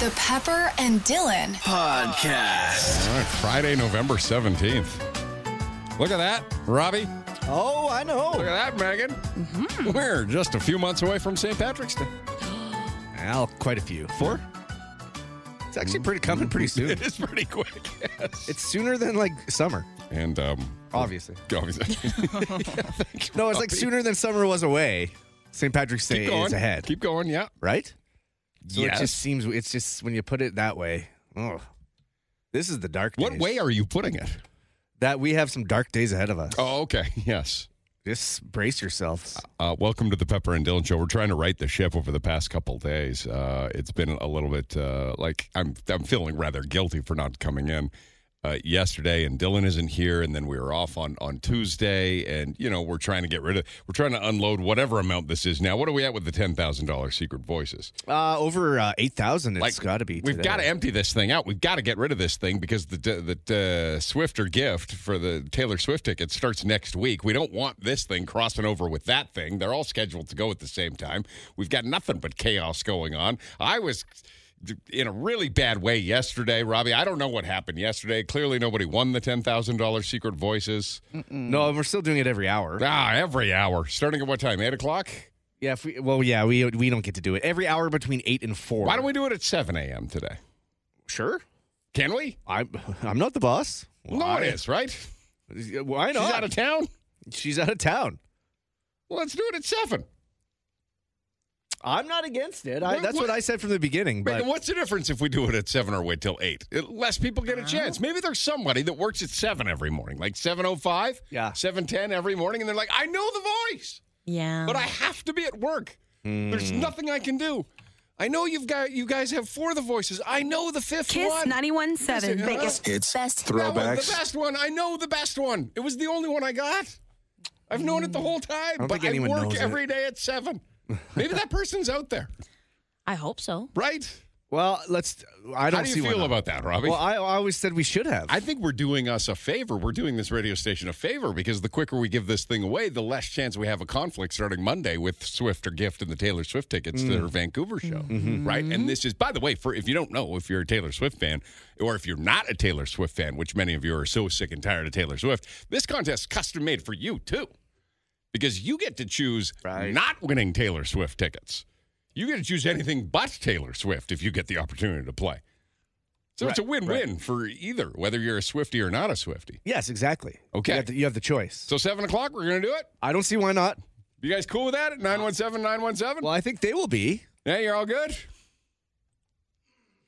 The Pepper and Dylan Podcast. All right, Friday, November 17th. Look at that, Robbie. Oh, I Look know. at that, Megan. We're just a few months away from St. Patrick's Day. Al, quite a few. Four? It's actually pretty coming pretty soon. It is pretty quick. Yes. it's sooner than like summer, And, um, obviously. obviously. No, it's like sooner than summer was away. St. Patrick's Day Keep going. is ahead, Keep going, yeah. right? So Yes. it just seems it's just when you put it that way. Oh, this is the dark. What days. way are you putting it? that we have some dark days ahead of us. Oh, okay. Yes. Just brace yourselves. Uh, welcome to the Pepper and Dylan Show. We're trying to right the ship over the past couple days. Uh, it's been a little bit uh, like I'm I'm feeling rather guilty for not coming in uh, yesterday, and Dylan isn't here, and then we were off on on Tuesday, and you know we're trying to get rid of we're trying to unload whatever amount this is now. What are we at with the ten thousand dollars Secret Voices? Uh, over uh, eight thousand. thousand. Like, It's got to be. We've today. got to empty this thing out. We've got to get rid of this thing because the the uh, Swifter gift for the Taylor Swift ticket starts next week. We don't want this thing crossing over with that thing. They're all scheduled to go at the same time. We've got nothing but chaos going on. I was in a really bad way yesterday, Robbie. I don't know what happened yesterday. Clearly, nobody won the ten thousand dollars Secret Voices. No, and we're still doing it every hour. Ah, every hour, starting at what time? Eight o'clock. Yeah. If we, well, yeah. We we don't get to do it every hour between eight and four. Why don't we do it at seven a.m. today? Sure. Can we? I'm I'm not the boss. No, it is right. is. Why She's not? out of town. She's out of town. Well, let's do it at seven. I'm not against it. I, What- that's what, what- I said from the beginning. But But what's the difference if we do it at seven or wait till eight? It- less people get a chance. Maybe there's somebody that works at seven every morning, like seven oh five, Yeah. seven ten every morning, and they're like, I know the voice, Yeah. but I Uh-huh. have to be at work. Hmm. There's nothing I can do. I know you've got you guys have four of the voices. I know the fifth Kiss one. 91.7. Listen, Biggest, It's best. That was the throwbacks. best one. I know the best one. It was the only one I got. I've known it the whole time, Hmm. don't but think I anyone work knows it. every day at seven. Maybe that person's out there, I hope so. right? well, let's. I don't How do see you why feel not. about that, Robbie? Well, I, I always said we should have. I think we're doing us a favor. We're doing this radio station a favor because the quicker we give this thing away, the less chance we have a conflict starting Monday with Swift or Gift and the Taylor Swift tickets to their Vancouver show, right? And this is, by the way, for if you don't know, if you're a Taylor Swift fan or if you're not a Taylor Swift fan, which many of you are so sick and tired of Taylor Swift, this contest is custom made for you too, because you get to choose Right. not winning Taylor Swift tickets. You get to choose anything but Taylor Swift if you get the opportunity to play. So it's a Right, win-win right. for either, whether you're a Swifty or not a Swifty. yes, exactly. Okay. You have the, you have the choice. So seven o'clock, we're gonna do it. I don't see why not. You guys cool with that at 917 917? Well, I think they will be. Yeah, you're all good?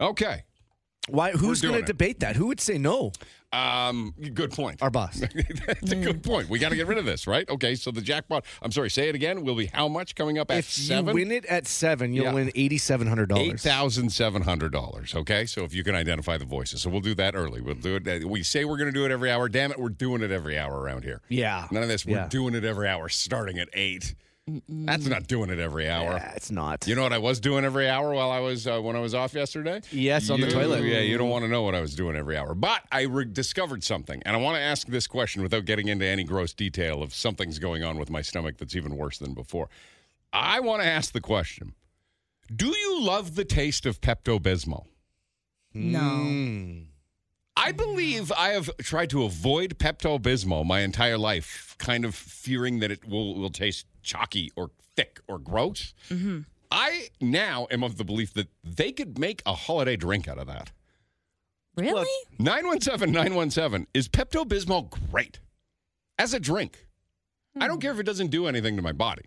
Okay. Why? Who's doing going to it. debate that? Who would say no? Um, good point. Our boss. That's a good point. We got to get rid of this, right? Okay, so the jackpot, I'm sorry, say it again, will be how much coming up at if you 7? win it at seven, you'll Yeah. win eighty seven hundred dollars. $8,700, okay? So if you can identify the voices. So we'll do that early. We'll do it. uh, We say we're going to do it every hour. Damn it, we're doing it every hour around here. Yeah. None of this. We're Yeah. doing it every hour, starting at 8. That's not doing it every hour. Yeah, it's not. You know what I was doing every hour while I was uh, when I was off yesterday? Yes, on the You- toilet. Yeah, you don't want to know what I was doing every hour. But I re- discovered something, and I want to ask this question without getting into any gross detail of something's going on with my stomach that's even worse than before. I want to ask the question: Do you love the taste of Pepto Bismol? No. Mm. I believe I have tried to avoid Pepto Bismol my entire life, kind of fearing that it will, will taste chalky or thick or gross. I now am of the belief that they could make a holiday drink out of that. Really? Look, 917 917. Is Pepto Bismol great as a drink? I don't care if it doesn't do anything to my body.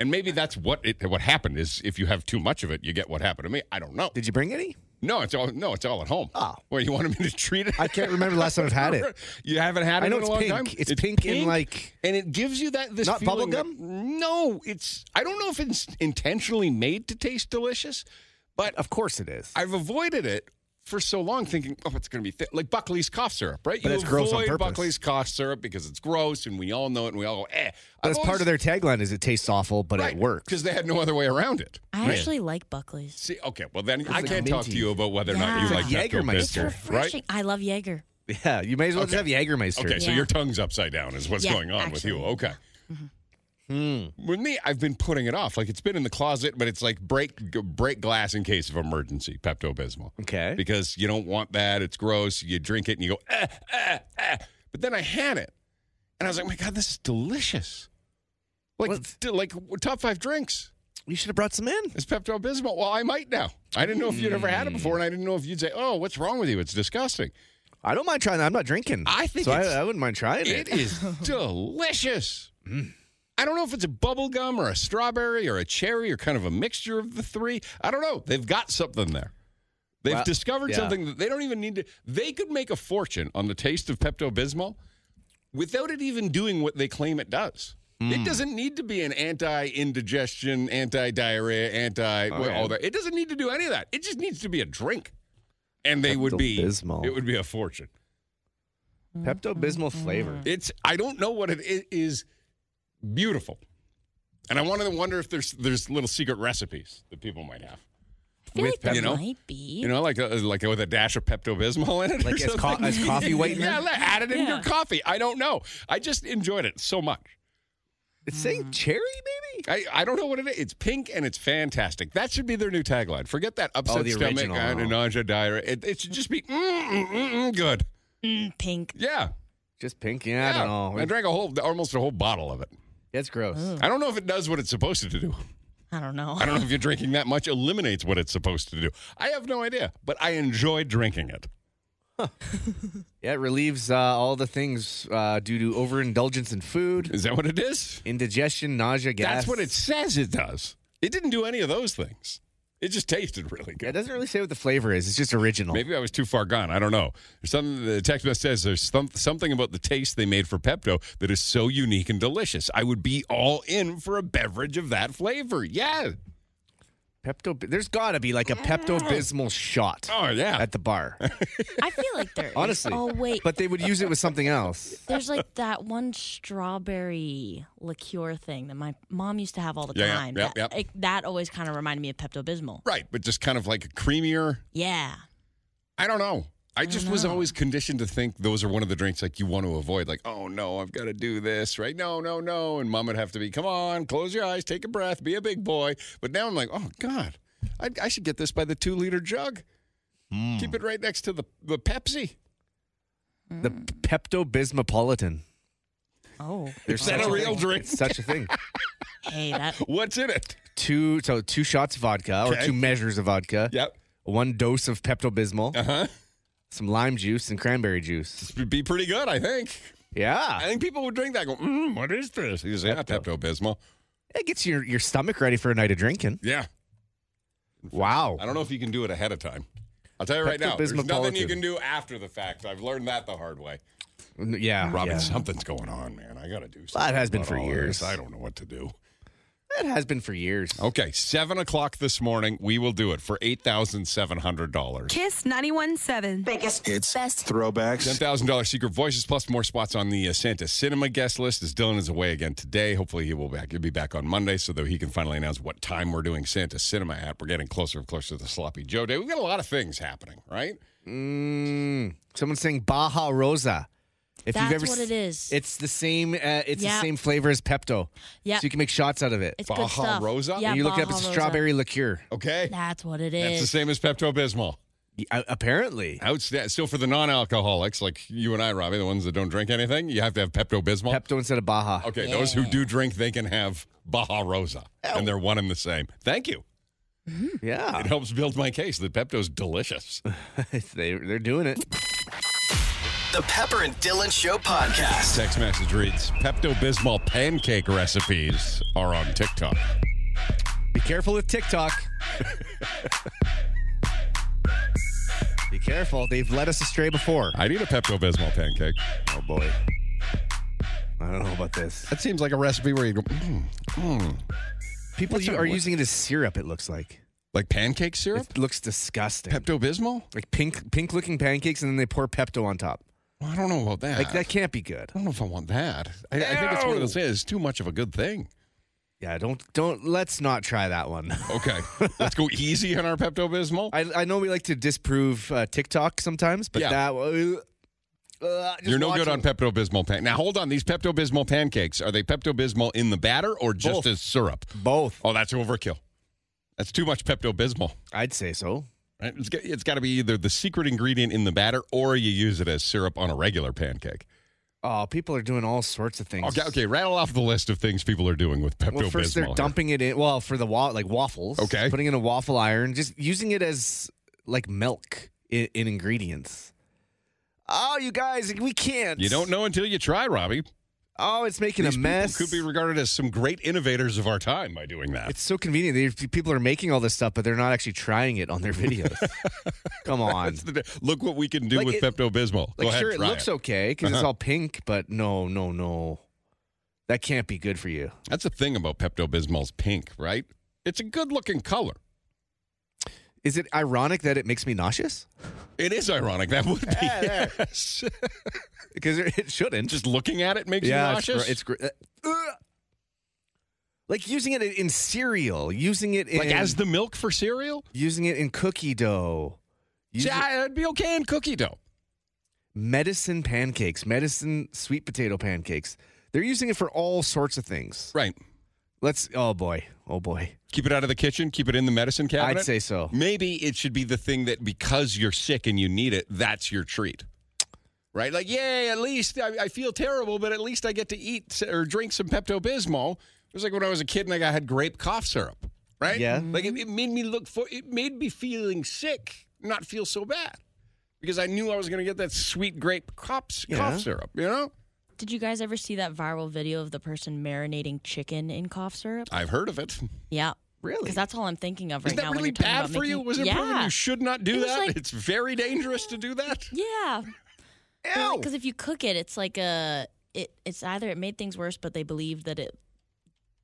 And maybe that's what it what happened is if you have too much of it, you get what happened to me. I don't know. Did you bring any? No, it's all no, it's all at home. Oh. Well, you wanted me to treat it? I can't remember last time I've had it. You haven't had it I know in a it's long pink. time. It's, pink, and like and it gives you that this Not feeling bubble that- gum? no, it's I don't know if it's intentionally made to taste delicious, but of course it is. I've avoided it for so long, thinking, oh, it's going to be thick. like Buckley's cough syrup, right? But you it's avoid gross on purpose. Buckley's cough syrup because it's gross, and we all know it, and we all go, eh. But That's part of their tagline is it tastes awful, but it works. because they had no other way around it. I actually like Buckley's. See, okay, well then I like can't talk to minty. you about whether or not Yeah. you like It's like Pepto Jägermeister. It's Sure, Bismol, right? refreshing. I love Jaeger. Yeah, you may as well just have Jägermeister. Okay, so Yeah. your tongue's upside down is what's Yeah, going on with you. actually. Okay. With me, I've been putting it off. Like it's been in the closet, but it's like break g- break glass in case of emergency. Pepto Bismol. Okay. Because you don't want that. It's gross. You drink it and you go ah ah ah. But then I had it, and I was like, my god, this is delicious. Like What- d- like top five drinks. You should have brought some in. It's Pepto Bismol. Well, I might now. I didn't know if you'd ever had it before, and I didn't know if you'd say, "Oh, what's wrong with you? It's disgusting." I don't mind trying. that. I'm not drinking. I think so. I, it's- I wouldn't mind trying it. It is delicious. Mm. I don't know if it's a bubble gum or a strawberry or a cherry or kind of a mixture of the three. I don't know. They've got something there. They've Well, discovered yeah. something that they don't even need to. They could make a fortune on the taste of Pepto Bismol without it even doing what they claim it does. Hmm. It doesn't need to be an anti indigestion, anti diarrhea, anti All right. all that. It doesn't need to do any of that. It just needs to be a drink. And they would be Pepto-Bismol. it would be a fortune. Pepto Bismol flavor. It's I don't know what it is. It is beautiful, and I wanted to wonder if there's there's little secret recipes that people might have. I feel With like there Pepsi. You know? might be. You know, like a, like with a dash of Pepto Bismol in it, or Like as co- something. as coffee whitener? yeah, like, add it in your Yeah. coffee. I don't know. I just enjoyed it so much. It's saying cherry, maybe. I, I don't know what it is. It's pink and it's fantastic. That should be their new tagline. Forget that upset Oh, the stomach original. and a nausea diarrhea. It, it should just be mm, mm, mm, mm, good. Mm, pink. Yeah. Just pink. Yeah, I yeah. don't know. I drank a whole almost a whole bottle of it. That's gross. I don't know if it does what it's supposed to do. I don't know. I don't know if you're drinking that much eliminates what it's supposed to do. I have no idea, but I enjoy drinking it. Yeah, it relieves uh, all the things uh, due to overindulgence in food, Is that what it is? indigestion, nausea, gas. That's what it says it does. It didn't do any of those things. It just tasted really Yeah, it good. doesn't really say what the flavor is. It's just original. Maybe I was too far gone. I don't know. There's something the text message says there's some, something about the taste they made for Pepto that is so unique and delicious. I would be all in for a beverage of that flavor. Yeah. Pepto. There's got to be like a Pepto Bismol shot Oh yeah. at the bar. I feel like there is. Honestly. Oh, wait. But they would use it with something else. There's like that one strawberry liqueur thing that my mom used to have all the Yeah, yeah, time. yep, that, yep. it- that always kind of reminded me of Pepto Bismol. Right, but just kind of like a creamier. Yeah. I don't know. I just was always conditioned to think those are one of the drinks like you want to avoid. Like, oh no, I've got to do this, right? No, no, no. And mom would have to be, come on, close your eyes, take a breath, be a big boy. But now I'm like, oh God, I, I should get this by the two liter jug. Keep it right next to the, the Pepsi. The Mm. Pepto Bismopolitan. Oh. There's Is that such a real thing. drink? Such a thing. Hey, that. What's in it? Two so two shots of vodka or Okay. two measures of vodka. Yep. One dose of Pepto Bismol, Uh huh. some lime juice, and cranberry juice. It'd be pretty good, I think. I Yeah, think people would drink that. and Go, mm, what is this? You say, ah, Pepto Bismol. it gets your, your stomach ready for a night of drinking. Yeah. Wow. I don't know if you can do it ahead of time. I'll tell you right now, there's nothing you Pepto-Bismol-politan. can do after the fact. I've learned that the hard way. N- Yeah, Robin, yeah. something's going on, man. I got to do something. Well, it has been about for all of years. this. I don't know what to do. That has been for years. Okay, 7 o'clock this morning, we will do it for $8,700. Kiss 917. It's throwbacks. $10,000 Secret Voices plus more spots on the uh, Santa Cinema guest list as Dylan is away again today. Hopefully he will back. He'll be back on Monday so that he can finally announce what time we're doing Santa Cinema at. We're getting closer and closer to the Sloppy Joe Day. We've got a lot of things happening, right? Mm, someone's saying Baja Rosa. If That's s- what it is. It's the same. Uh, it's Yeah. the same flavor as Pepto. Yeah. So you can make shots out of it. It's Baja good stuff. Rosa? Yeah, and you look it up. Baja It's Rosa. strawberry liqueur. Okay. That's what it That's the is. same as Pepto-Bismol. Yeah, uh, apparently, Outsta- so for the non-alcoholics like you and I, Robbie, the ones that don't drink anything, you have to have Pepto Bismol. Pepto instead of Baja. okay, those who do drink, they can have Baja Rosa, Oh. and they're one and the same. Thank you. It Yeah, helps build my case that Pepto's delicious. they they're doing it. The Pepper and Dylan Show podcast. Text message reads: Pepto Bismol pancake recipes are on TikTok. Be careful with TikTok. Be careful. They've led us astray before. I need a Pepto Bismol pancake. Oh boy. I don't know about this. That seems like a recipe where you go, mm, mm. People What's you a- are what- using it as syrup. It looks like. like pancake syrup, It looks disgusting. Pepto Bismol. like pink pink looking pancakes, and then they pour Pepto on top. Well, I don't know about that. Like that can't be good. I don't know if I want that. I, I think it's one of those things. It's too much of a good thing. Yeah, don't don't let's not try that one. Okay, let's go easy on our Pepto Bismol. I I know we like to disprove uh, TikTok sometimes, but Yeah. that Uh, just You're no watch good on them. Pepto Bismol pan. Now hold on, these Pepto Bismol pancakes are they Pepto Bismol in the batter or just Both. as syrup? both. Oh, that's overkill. That's too much Pepto Bismol. I'd say so. Right? It's, got- it's got to be either the secret ingredient in the batter or you use it as syrup on a regular pancake. Oh, people are doing all sorts of things. Okay, okay, rattle off the list of things people are doing with Pepto Well, first they're Bismol. dumping it in. Well, for the wa- like waffles. Okay. Putting in a waffle iron, just using it as like milk in, in ingredients. Oh, you guys, we can't. You don't know until you try, Robbie. Oh, it's making These a people mess. could be regarded as some great innovators of our time by doing that. it's so convenient. They- People are making all this stuff, but they're not actually trying it on their videos. Come on. That's the- look what we can do Like with it- Pepto Bismol. Go Like, ahead, sure, it try Uh-huh. looks okay because it's all pink, but no, no, no. That can't be good for you. That's the thing about Pepto Bismol's pink, right? It's a good looking color. Is it ironic that it makes me nauseous? It is ironic. That would be. yes. Because it shouldn't. Just looking at it makes you it's nauseous. gr- It's, gr- uh, ugh. like using it in cereal, using it in like as the milk for cereal? using it in cookie dough, using Yeah, it'd be okay in cookie dough. medicine pancakes, medicine sweet potato pancakes. They're using it for all sorts of things. Right. Let's. Oh boy. Oh boy. Keep it out of the kitchen, keep it in the medicine cabinet. I'd say so. Maybe it should be the thing that because you're sick and you need it, that's your treat. Right? Like, yay, at least I, I feel terrible, but at least I get to eat s- or drink some Pepto Bismol. It was like when I was a kid and I got- had grape cough syrup. Right? Yeah. Like it, it made me look for it made me feeling sick, not feel so bad. Because I knew I was gonna get that sweet grape cops, Yeah. cough syrup, you know? Did you guys ever see that viral video of the person marinating chicken in cough syrup? I've heard of it. Yeah. Really? Because that's all I'm thinking of right Is that now. when really you're talking bad about for you? making- Was it proven yeah. you should not do It was that? like- it's very dangerous to do that. Yeah. Ow! Because if you cook it, it's like a it. It's either it made things worse, but they believed that it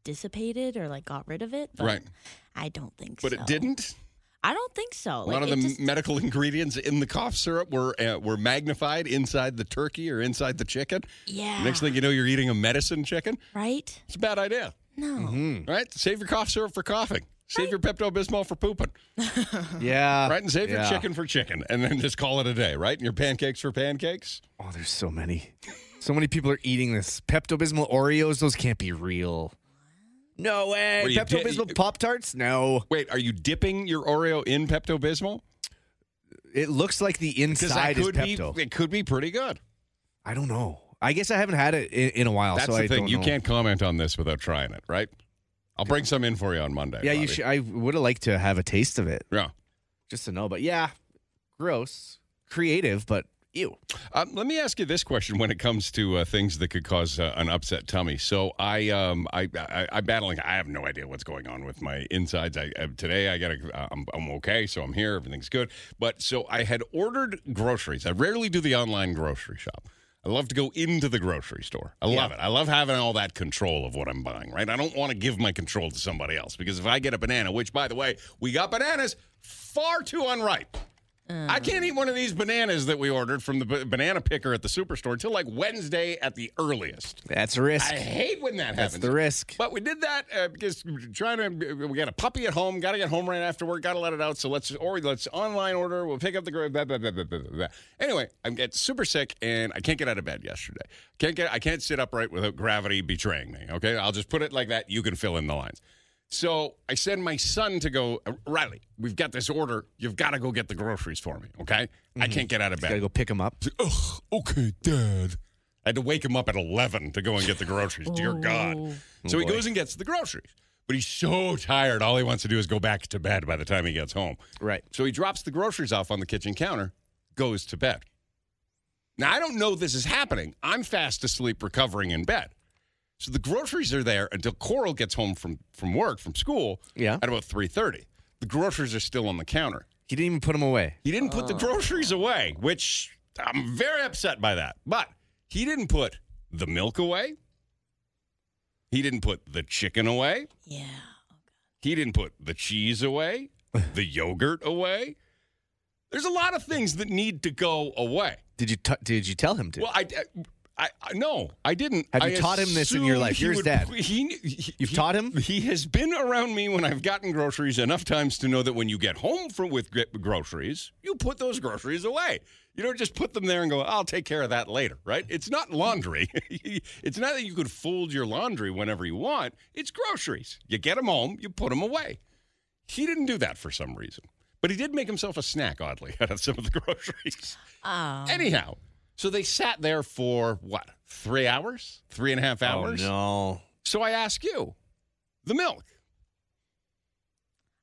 dissipated or like got rid of it. But Right. I don't think But so. it didn't. I don't think so. A lot of the medical ingredients in the cough syrup were uh, were magnified inside the turkey or inside the chicken. yeah. Next thing you know, you're eating a medicine chicken. right? It's a bad idea, No. Hmm. right? Save your cough syrup for coughing. Save your Pepto Bismol for pooping, yeah. right? And save Uh, Yeah. your chicken for chicken, and then just call it a day, right? And your pancakes for pancakes. Oh, there's so many. So many people are eating this. Pepto Bismol Oreos, those can't be real. No way. Were you Pepto di- Bismol Pop Tarts? No. Wait, are you dipping your Oreo in Pepto Bismol? It looks like the Because that inside is could be Pepto. it could be pretty good. I don't know. I guess I haven't had it in, in a while. That's so the I thing. don't You know. can't comment on this without trying it, right? I'll bring some in for you on Monday. Yeah, you Bobby. should. I would have liked to have a taste of it Yeah. just to know. But yeah, gross, creative, but ew. Um, let me ask you this question: When it comes to uh, things that could cause uh, an upset tummy, so I, um, I, I, I'm battling. I have no idea what's going on with my insides. I, I today I got, I'm, I'm okay, so I'm here. Everything's good. But so I had ordered groceries. I rarely do the online grocery shop. I love to go into the grocery store. I love it. I love having all that control of what I'm buying, right? I don't want to give my control to somebody else because if I get a banana, which by the way, we got bananas far too unripe. I can't eat one of these bananas that we ordered from the b- banana picker at the superstore until like Wednesday at the earliest. That's a risk. I hate when that That's happens. the risk. But we did that uh, because we we're trying to. We got a puppy at home. Got to get home right after work. Got to let it out. So let's or let's online order. We'll pick up the grave. Blah, blah, blah, blah, blah, blah. Anyway, I'm getting super sick and I can't get out of bed yesterday. Can't get. I can't sit upright without gravity betraying me. Okay, I'll just put it like that. You can fill in the lines. So I send my son to go. uh, Riley, we've got this order. You've got to go get the groceries for me. Okay, I can't get out of bed. Mm-hmm. Gotta go pick them up. Ugh, okay, Dad. I had to wake him up at 11 to go and get the groceries. Dear God. So he goes and gets the groceries, but he's so tired. All he wants to do is go back to bed by the time he gets home. Right. So he drops the groceries off on the kitchen counter, goes to bed. Now, I don't know this is happening. I'm fast asleep, recovering in bed. So the groceries are there until Coral gets home from, from work, from school Yeah. at about 3.30. The groceries are still on the counter. He didn't even put them away. He didn't put the groceries away, which I'm very upset by that. But he didn't put the milk away. He didn't put the chicken away. Yeah. He didn't put the cheese away, the yogurt away. There's a lot of things that need to go away. Did you? T- did you tell him to? Well, I, I, I no, I didn't. Have you I taught him this in your assumed life? he You're his dad. He, he- You've he- taught him? He has been around me when I've gotten groceries enough times to know that when you get home from with gr- groceries, you put those groceries away. You don't just put them there and go, "I'll take care of that later." Right? It's not laundry. it's not that you could fold your laundry whenever you want. It's groceries. You get them home, you put them away. He didn't do that for some reason, but he did make himself a snack, oddly, out of some of the groceries. Oh. Anyhow, so they sat there for what, three hours? Three and a half hours? Oh, no. So I ask you, the milk.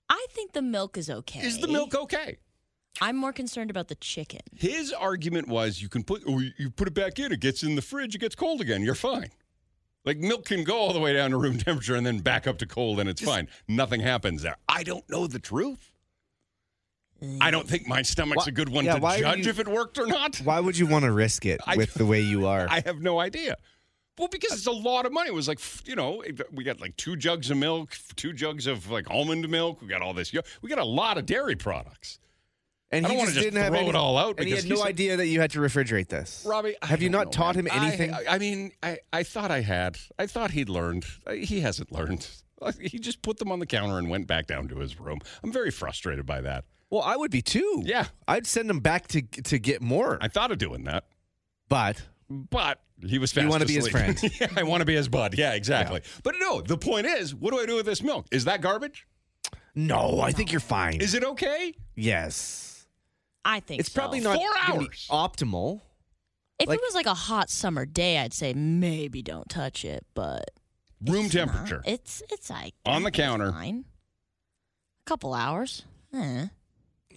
I think the milk is okay. Is the milk okay? I'm more concerned about the chicken. His argument was you can put oh, you put it back in, it gets in the fridge, it gets cold again, you're fine. Like milk can go all the way down to room temperature and then back up to cold and it's fine. Nothing happens there. I don't know the truth. I don't think my stomach's Why- a good one yeah, to why are judge you- if it worked or not. Why would you want to risk it I- with the way you are? I have no idea. Well, because it's a lot of money. It was like, f- you know, it- we got like two jugs of milk, f- two jugs of like almond milk. We got all this. yo- We got a lot of dairy products. and I don't wanna just throw it all out And he because had no he's a- idea that you had to refrigerate this. Robbie, I have you don't not know, taught man. him I- anything? I, mean, I, I thought I had. I thought he'd learned. I- He hasn't learned. Like, He just put them on the counter and went back down to his room. I'm very frustrated by that. well, I would be too. Yeah. I'd send him back to to get more. I thought of doing that. but but he was fast You wanna be his asleep. friend. yeah, I want to be his bud. Yeah, exactly. But no, the point is, what do I do with this milk? Is that garbage? no, I think you're fine. Is it okay? yes. I think It's probably so. not Four gonna be hours. optimal. If like- it was like a hot summer day, I'd say maybe don't touch it. But Room it's not. temperature. It's it's like On the it's counter. Fine. A couple hours. Eh.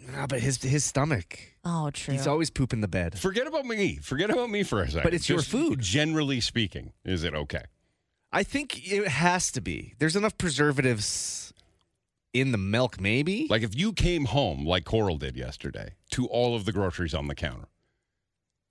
No, but his his stomach. Oh, true. He's always pooping the bed. Forget about me. Forget about me for a second. But it's your Just food. Generally speaking, is it okay? I think it has to be. There's enough preservatives in the milk, maybe. Like if you came home like Coral did yesterday to all of the groceries on the counter,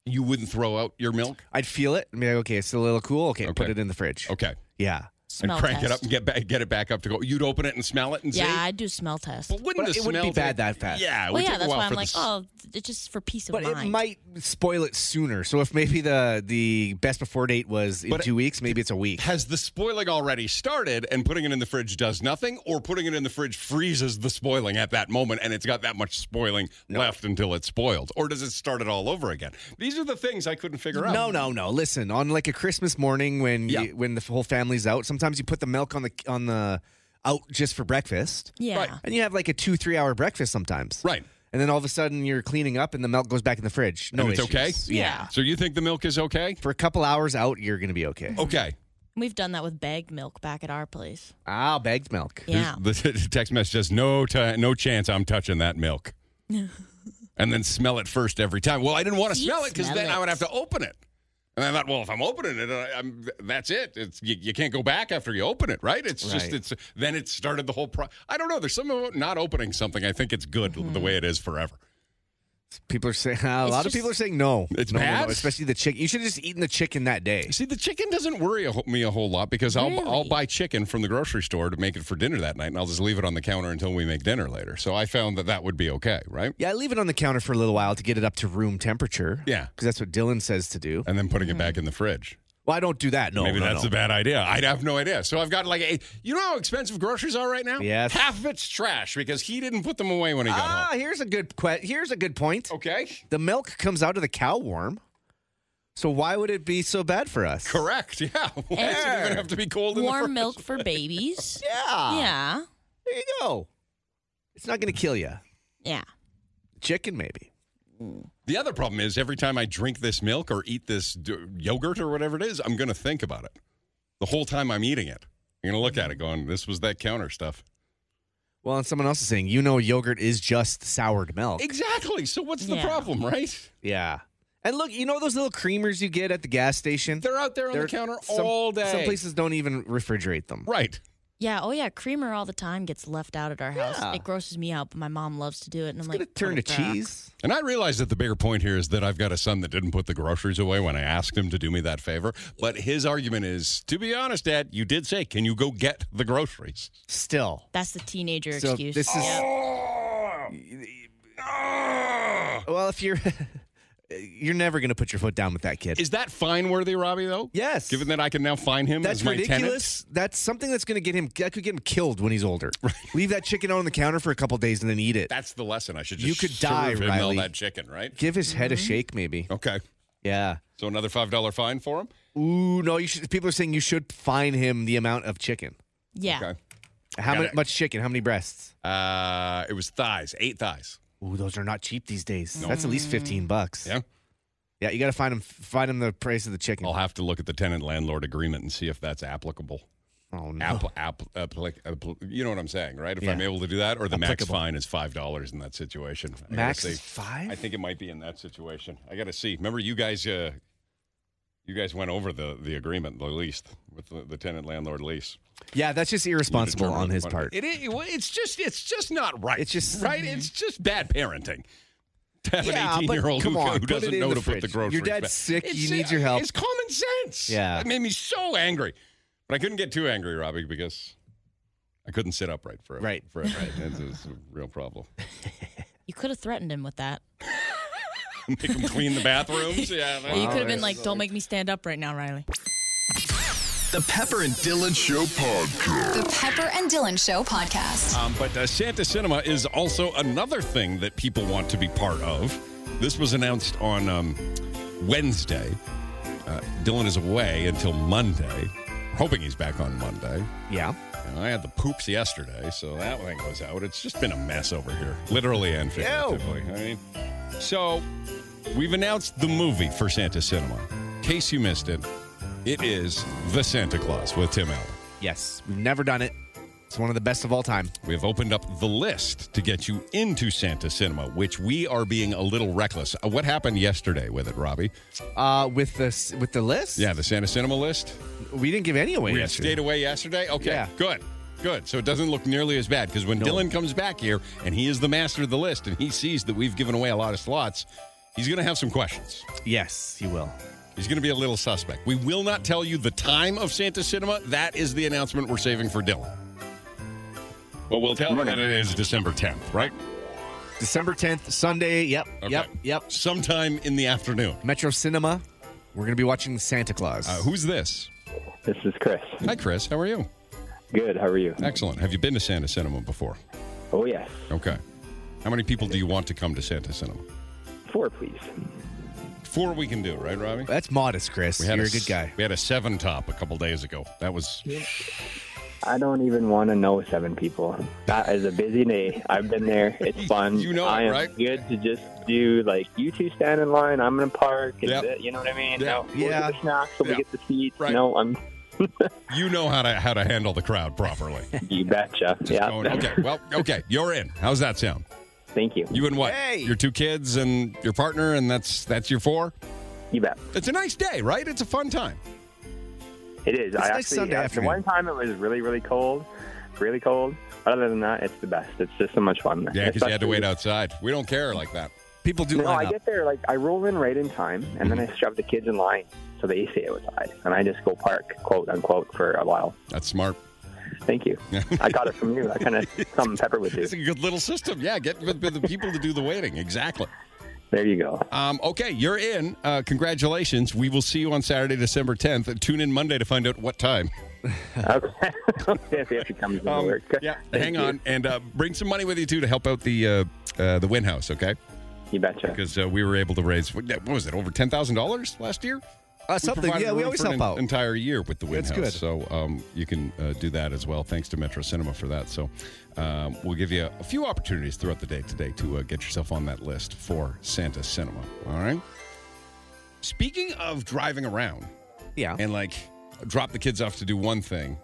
you wouldn't throw out your milk. I'd feel it and be like, okay, it's a little cool. Okay, put Okay. it in the fridge. Okay, Yeah. smell and crank it test. up and get back, get it back up to go. You'd open it and smell it and yeah, see. I do smell test. But wouldn't But the it wouldn't smell be bad take- that fast. Yeah, it would well, yeah, take a that's while why I'm for the like, s- oh, it's just for peace of But mind. it might spoil it sooner. So if maybe the the best before date was in But- two weeks, maybe it's a week. Has the spoiling already started and putting it in the fridge does nothing, or putting it in the fridge freezes the spoiling at that moment and it's got that much spoiling left until it's spoiled? Or does it start it all over again? These are the things I couldn't figure out. No, no, no. Listen, on like a Christmas morning when Yeah. you, when the whole family's out, sometimes you put the milk on the on the out just for breakfast, yeah. Right. and you have like a two three hour breakfast sometimes. Right. And then all of a sudden you're cleaning up, and the milk goes back in the fridge. No, and it's okay? issues. Yeah. So you think the milk is okay? For a couple hours out, you're gonna be okay. Okay. We've done that with bagged milk back at our place. Ah, bagged milk. Yeah. The text message says, no, ti no chance I'm touching that milk. and then smell it first every time. Well, I didn't want to You smell it because smell then I it. would have to open it. And I thought, well, if I'm opening it, I, I'm, that's it. It's you, you can't go back after you open it, right? It's just Right. it's then it started the whole pro. I don't know. There's something about not opening something. I think it's good Mm-hmm. the way it is forever. People are saying a lot of just- people are saying no. It's no, no, no, bad? especially the chicken. You should have just eaten the chicken that day. See, the chicken doesn't worry a wh- me a whole lot because I'll I'll Really? buy chicken from the grocery store to make it for dinner that night, and I'll just leave it on the counter until we make dinner later. So I found that that would be okay, right? Yeah, I leave it on the counter for a little while to get it up to room temperature. Yeah. because that's what Dylan says to do. And then putting it back in the fridge. Well, I don't do that. Mm-hmm. No, Maybe no, that's no. a bad idea. I'd have no idea. So I've got like a. You know how expensive groceries are right now? Yes. Half of it's trash because he didn't put them away when he got Ah, home. here's a good que- here's a good point. Okay. The milk comes out of the cow worm, so why would it be so bad for us? Correct. Yeah. Why does it even have to be cold in the Warm fridge? milk for babies. Yeah. yeah. There you go. It's not going to kill you. Yeah. Chicken, maybe. The other problem is every time I drink this milk or eat this d- yogurt or whatever it is, I'm going to think about it the whole time I'm eating it. I'm going to look at it Mm-hmm. going, this was that counter stuff. Well, and someone else is saying, you know, yogurt is just soured milk. Exactly. So what's the Yeah. problem, right? yeah. And look, you know those little creamers you get at the gas station? They're out there on They're- the counter some- all day. Some places don't even refrigerate them. Right. Yeah. Oh, yeah. Creamer all the time gets left out at our house. Yeah. It grosses me out, but my mom loves to do it. And I'm It's like, going to turn to "Put it back." cheese. And I realize that the bigger point here is that I've got a son that didn't put the groceries away when I asked him to do me that favor. But his argument is, to be honest, Dad, you did say, can you go get the groceries? Still. That's the teenager So excuse. this is Yeah. well, if you're you're never going to put your foot down with that kid. Is that fine worthy, Robbie, though? yes. Given that I can now fine him that's as my ridiculous. That's something that's going to get him. That could get him killed when he's older. Leave that chicken out on the counter for a couple days and then eat it. That's the lesson. I should just You could serve die, him all Riley. that chicken, right? Give his head a Mm-hmm. shake, maybe. Okay. Yeah. So another five dollar fine for him. Ooh, no. You should, people are saying you should fine him the amount of chicken. Yeah. Okay. How Got mu- it. much chicken? How many breasts? Uh, it was thighs, eight thighs. Ooh, those are not cheap these days. That's at least fifteen bucks. Mm. Yeah. Yeah, you got to find him. Find him the price of the chicken. I'll have to look at the tenant landlord agreement and see if that's applicable. Oh, no. App, app, applic- appl- you know what I'm saying, right? If Yeah. I'm able to do that, or the max Applicable. fine is five dollars in that situation. I gotta Max see. is five. I think it might be in that situation. I got to see. Remember, you guys, uh, you guys went over the the agreement, the lease with the, the tenant landlord lease. yeah, that's just irresponsible determine on the his fine. part. It, it, well, it's just it's just not right. It's just- right. It's just bad parenting. To have Mm-hmm. Yeah, an but 18 year old come who, on, who put doesn't it in know the to put the fridge. groceries. Your dad's back. sick, you It's- need your help. It's common sense. Yeah. that made me so angry, but I couldn't get too angry, Robbie, because I couldn't sit upright for Right. For right, it's, it's a real problem. You could have threatened him with that. Make them clean the bathrooms. Yeah, you could have been like, "Don't make me stand up right now, Riley." The Pepper and Dylan Show Pod. The Pepper and Dylan Show podcast. Um, but uh, Santa Cinema is also another thing that people want to be part of. This was announced on um, Wednesday. Uh, Dylan is away until Monday. Hoping he's back on Monday. Yeah. You know, I had the poops yesterday, so that thing was out. It's just been a mess over here, literally and figuratively. I mean, so we've announced the movie for Santa Cinema. In case you missed it, it is The Santa Claus with Tim Allen. Yes. We've never done it. It's one of the best of all time. We have opened up the list to get you into Santa Cinema, which we are being a little reckless. Uh, What happened yesterday with it, Robbie? Uh, with the s- with the list. Yeah, the Santa Cinema list. We didn't give any away. We yesterday. stayed away yesterday. Okay, Yeah. good. Good. So it doesn't look nearly as bad because when Dylan comes back here and he is the master of the list and he sees that we've given away a lot of slots, he's going to have some questions. Yes, you will. He's going to be a little suspect. We will not tell you the time of Santa Cinema. That is the announcement we're saving for Dylan. Well, we'll tell him that it is December 10th, right? December 10th, Sunday. Yep. Okay. Yep. Yep. Sometime in the afternoon. Metro Cinema. We're going to be watching Santa Claus. Uh, who's this? This is Chris. Hi, Chris. How are you? Good. How are you? Excellent. Have you been to Santa Cinema before? Oh yes. Okay. How many people do you want to come to Santa Cinema? Four, please. Four we can do, right, Robbie? That's modest, Chris. We You're a, s- good guy. We had a seven top a couple days ago. That was I don't even want to know seven people. That is a busy day. I've been there. It's fun. You know I it, am right? Good to just do like you two stand in line. I'm gonna park. And Yep. th- you know what I Yep. mean? Now, we'll Yeah. get the snacks. We'll Yep. get the seats. Right. No, I'm. you know how to how to handle the crowd properly. You betcha. Just yeah. going, okay. Well, okay. You're in. How's that sound? Thank you. You and what? Hey. Your two kids and your partner, and that's that's your four. You bet. It's a nice day, right? It's a fun time. It is. a I nice actually, Sunday uh, afternoon. The one time it was really, really cold. Really cold. Other than that, it's the best. It's just so much fun. Yeah, because you had to Especially- wait outside. We don't care like that. People do No, line I up. get there like I roll in right in time, and Mm-hmm. then I shove the kids in line so they stay outside, and I just go park, quote unquote, for a while. That's smart. Thank you. I got it from you. I kind of something pepper with you. It's a good little system. Yeah, get with, with the people to do the waiting. Exactly. There you go. Um, okay, you're in. Uh, congratulations. We will see you on Saturday, December 10th. Tune in Monday to find out what time. Okay. if it comes Um, to work. Thank Hang you. on and uh, bring some money with you too to help out the uh, uh, the Win House, okay? You betcha. Because uh, we were able to raise what what was it over ten thousand dollars last year? Uh, We something. provided yeah, we room always for an help out. Entire year with the Win That's House, good. so um, you can uh, do that as well. Thanks to Metro Cinema for that. So um, we'll give you a few opportunities throughout the day today to uh, get yourself on that list for Santa Cinema. All right. Speaking of driving around, yeah. and like drop the kids off to do one thing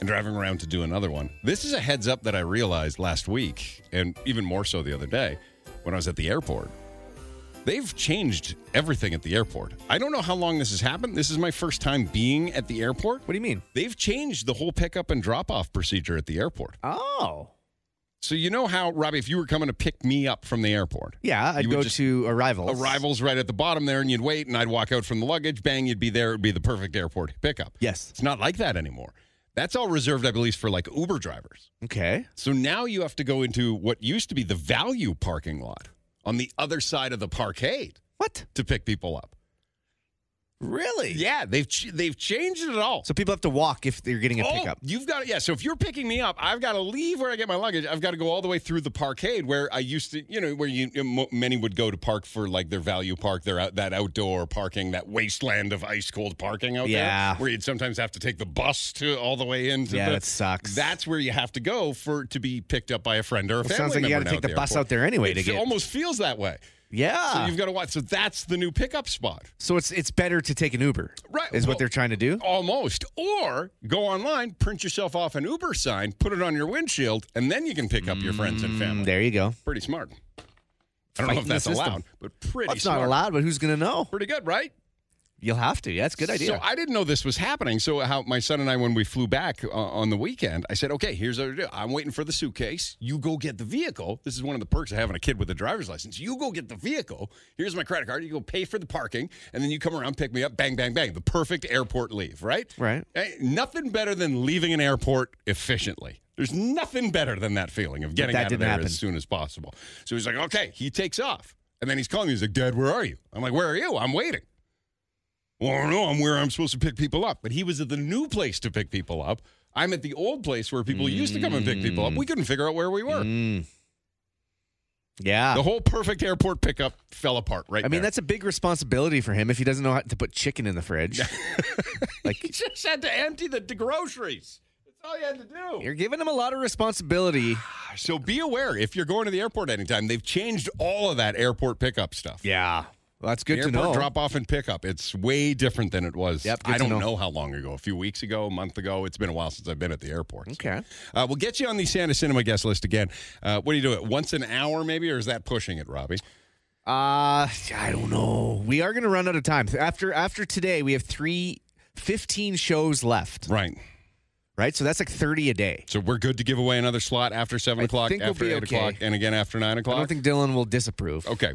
and driving around to do another one. This is a heads up that I realized last week and even more so the other day when I was at the airport. They've changed everything at the airport. I don't know how long this has happened. This is my first time being at the airport. what do you mean? They've changed the whole pickup and drop off procedure at the airport. Oh. So, you know how, Robbie, if you were coming to pick me up from the airport, Yeah, I'd You would go just- to Arrivals. arrivals right at the bottom there, and you'd wait, and I'd walk out from the luggage, bang, you'd be there. It'd be the perfect airport pickup. Yes. It's not like that anymore. That's all reserved, I believe, for like Uber drivers. Okay. So now you have to go into what used to be the value parking lot on the other side of the parkade. What? to pick people up. Really? Yeah, they've ch- they've changed it all. So people have to walk if they're getting a Oh, pickup. You've got yeah. So if you're picking me up, I've got to leave where I get my luggage. I've got to go all the way through the parkade where I used to, you know, where you mo- many would go to park for like their value park, their out, that outdoor parking, that wasteland of ice cold parking out Yeah. there, where you'd sometimes have to take the bus to all the way into. Yeah, the, that sucks. That's where you have to go for to be picked up by a friend or a It family sounds like you member got to now take at the, bus airport. out there anyway It to get. Ah. almost feels that way. So yeah. So, you've got to watch. So that's the new pickup spot. it's it's better to take an Uber. Right, Oh, Is well- what they're trying to do. Almost. Or go online, print yourself off an Uber sign, put it on your windshield, and then you can pick up your friends and family. Mm, There you go. Pretty smart. I don't know if Fighting the that's system. allowed, but pretty That's smart. not allowed, but who's going to know? Pretty good, right? You'll have to. Yeah, that's a good idea. So I didn't know this was happening. So how my son and I, when we flew back uh, on the weekend, I said, "Okay, here's what I do. I'm waiting for the suitcase. You go get the vehicle. This is one of the perks of having a kid with a driver's license. You go get the vehicle. Here's my credit card. You go pay for the parking, and then you come around, pick me up. Bang, bang, bang. The perfect airport leave, right? Right. Hey, nothing better than leaving an airport efficiently. There's nothing better than that feeling of getting that out of didn't there happen. as soon as possible. So he's like, "Okay," he takes off, and then he's calling me. He's like, "Dad, where are you?" I'm like, "Where are you? I'm waiting." Well, no, I'm where I'm supposed to pick people up. But he was at the new place to pick people up. I'm at the old place where people used to come and pick people up. We couldn't figure out where we were. Mm. Yeah. The whole perfect airport pickup fell apart right I mean, there. that's a big responsibility for him if he doesn't know how to put chicken in the fridge. he like, just had to empty the, the groceries. That's all he had to do. Ah, you're giving him a lot of responsibility. So be aware if you're going to the airport anytime, they've changed all of that airport pickup stuff. Yeah. Well, that's good The to airport know. drop off and pickup. It's way different than it was. Yep, good I to don't know. know how long ago, a few weeks ago, a month ago. It's been a while since I've been at the airport. Okay. Uh, we'll get you on the Santa Cinema guest list again. Uh, what do you do it once an hour, maybe, or is that pushing it, Robbie? Uh, I don't know. We are going to run out of time. After after today, we have three, 15 shows left, Right. right? So that's like 30 a day. So we're good to give away another slot after seven I o'clock, think we'll after be eight okay. o'clock, and again after nine I o'clock. don't think Dylan will disapprove. okay.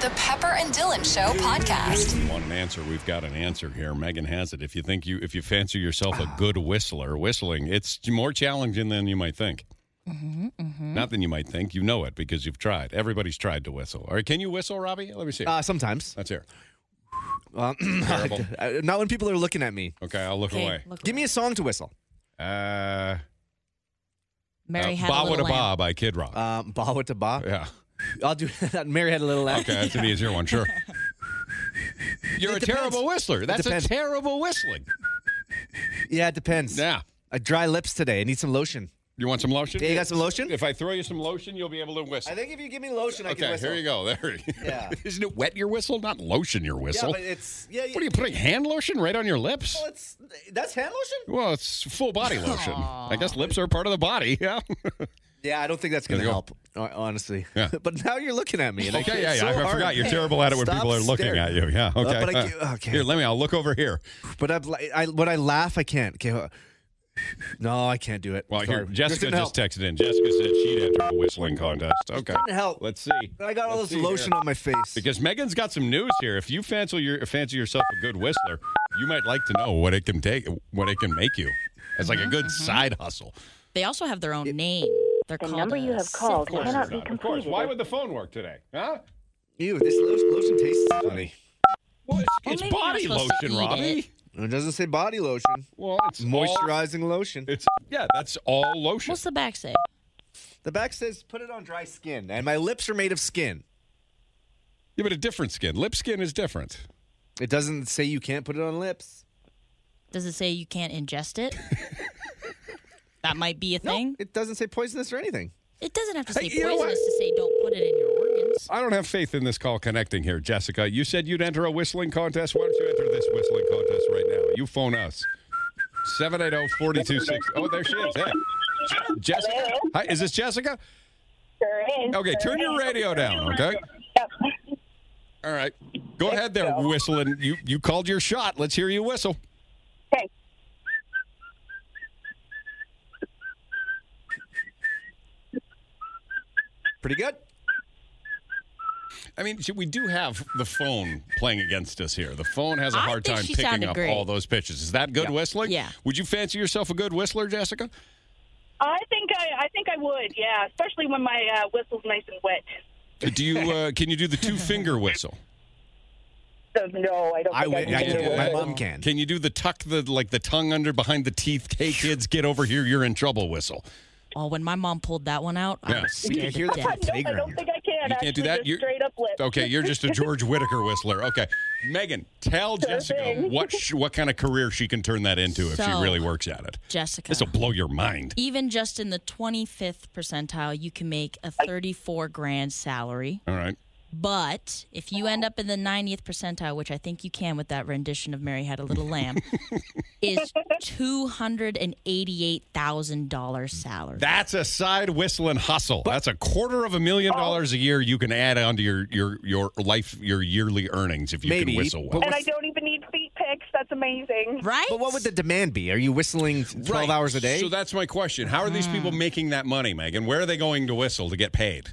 The Pepper and Dylan Show podcast. You want an answer? We've got an answer here. Megan has it. If you think you, if you fancy yourself Ah. a good whistler, whistling, it's more challenging than you might think. Mm-hmm, Not than you might think. You know it because you've tried. Everybody's tried to whistle. All right, can you whistle, Robbie? Let me see. Uh, sometimes. That's here. Um, Terrible. uh, not when people are looking at me. Okay, I'll look Okay, away. look Give me a song to whistle. Uh, Mary uh, had Bob a with little a lamb. Bob by Kid Rock. Um, ba wa ta ba. yeah. I'll do that. Mary had a little laugh. Okay, that's an easier one, sure. You're a It terrible depends. whistler. That's a depends. terrible whistling. Yeah, it depends. Yeah. I dry lips today. I need some lotion. You want some lotion? Yeah, you got some lotion? If I throw you some lotion, you'll be able to whistle. I think if you give me lotion, I can okay, whistle. here you go. There. you- Yeah. Isn't it wet your whistle? Not lotion your Yeah, whistle. but it's yeah. what are you putting hand lotion right on your lips? Well, it's that's hand lotion. Well, it's full body lotion. I guess lips are part of the body. Yeah. Yeah, I don't think that's gonna There you go. help, hon- honestly. Yeah. but now you're looking at me. And I- Okay, it's yeah, yeah. so I hard. forgot. You're terrible at it when Stop people are looking staring. at you. Yeah. Okay. but I ca- Uh, okay. Here, let me. I'll look over here. But I'm, li- I, when I laugh, I can't. Okay, uh, no, I can't do it. Well, Sorry. here, Jessica didn't help. just texted in. Jessica said she'd enter a whistling contest. Okay. help. Let's see. I got all Let's this see lotion here. on my face. Because Megan's got some news here. If you fancy your fancy yourself a good whistler, you might like to know what it can take, what it can make you. It's like a good side hustle. They also have their own name. They're The called number a you have called syphilizer. cannot be Of course. completed. Why would the phone work today? Huh? Ew, this lotion, lotion tastes funny. Well, it's, Well, it's maybe you're body supposed lotion, to eat Robbie. it. It doesn't say body lotion. Well, it's All, Moisturizing lotion. it's yeah, that's all lotion. What's the back say? The back says put it on dry skin, and my lips are made of skin. Yeah, but a different skin. Lip skin is different. It doesn't say you can't put it on lips. Does it say you can't ingest it? that might be a No, thing. it doesn't say poisonous or anything. It doesn't have to say Hey, you know what? poisonous to say don't put it in your organs. I don't have faith in this call connecting here, Jessica. You said you'd enter a whistling contest. Why don't you enter this whistling contest right now? You phone us. 780-426. Oh, there she is. Hey. Je- Jessica? Hi, is this Jessica? Sure is. Okay, turn your radio down, okay? Yep. All right. Go ahead there, whistling. You you called your shot. Let's hear you whistle. Okay. Pretty good. I mean, we do have the phone playing against us here. The phone has a I hard think time she picking sounded up great. all those pitches. Is that good whistling? Yeah. Would you fancy yourself a good whistler, Jessica? I think I, I think I would. Yeah, especially when my uh, whistle's nice and wet. Do you uh, can you do the two finger whistle? So, no, I don't. I, think wi- I can can do do it. it. My mom can. Can you do the tuck the like the tongue under behind the teeth? Hey kids, get over here! You're in trouble. Whistle. Oh, when my mom pulled that one out, I Yeah. was We can scared. to hear that death. from the Uh, I playground. don't think I can. You can't do actually, that? just You're- straight up lip. Okay, you're just a George Whitaker whistler. Okay, Megan, tell Jessica thing. what sh- what kind of career she can turn that into if she So- really works at it. Jessica. This will blow your mind. Even just in the 25th percentile, you can make a 34 grand salary. All right. But if you end up in the 90th percentile, which I think you can with that rendition of Mary Had a Little Lamb, is $288,000 salary. That's a side whistle and hustle. That's a quarter of a million dollars a year you can add onto your your your life your yearly earnings if you Maybe, can whistle well. but And I don't even need feet pics. That's amazing. right? But what would the demand be? Are you whistling 12 Right. hours a day? Ah. So that's my question. How are these people making that money, Megan? Where are they going to whistle to get paid?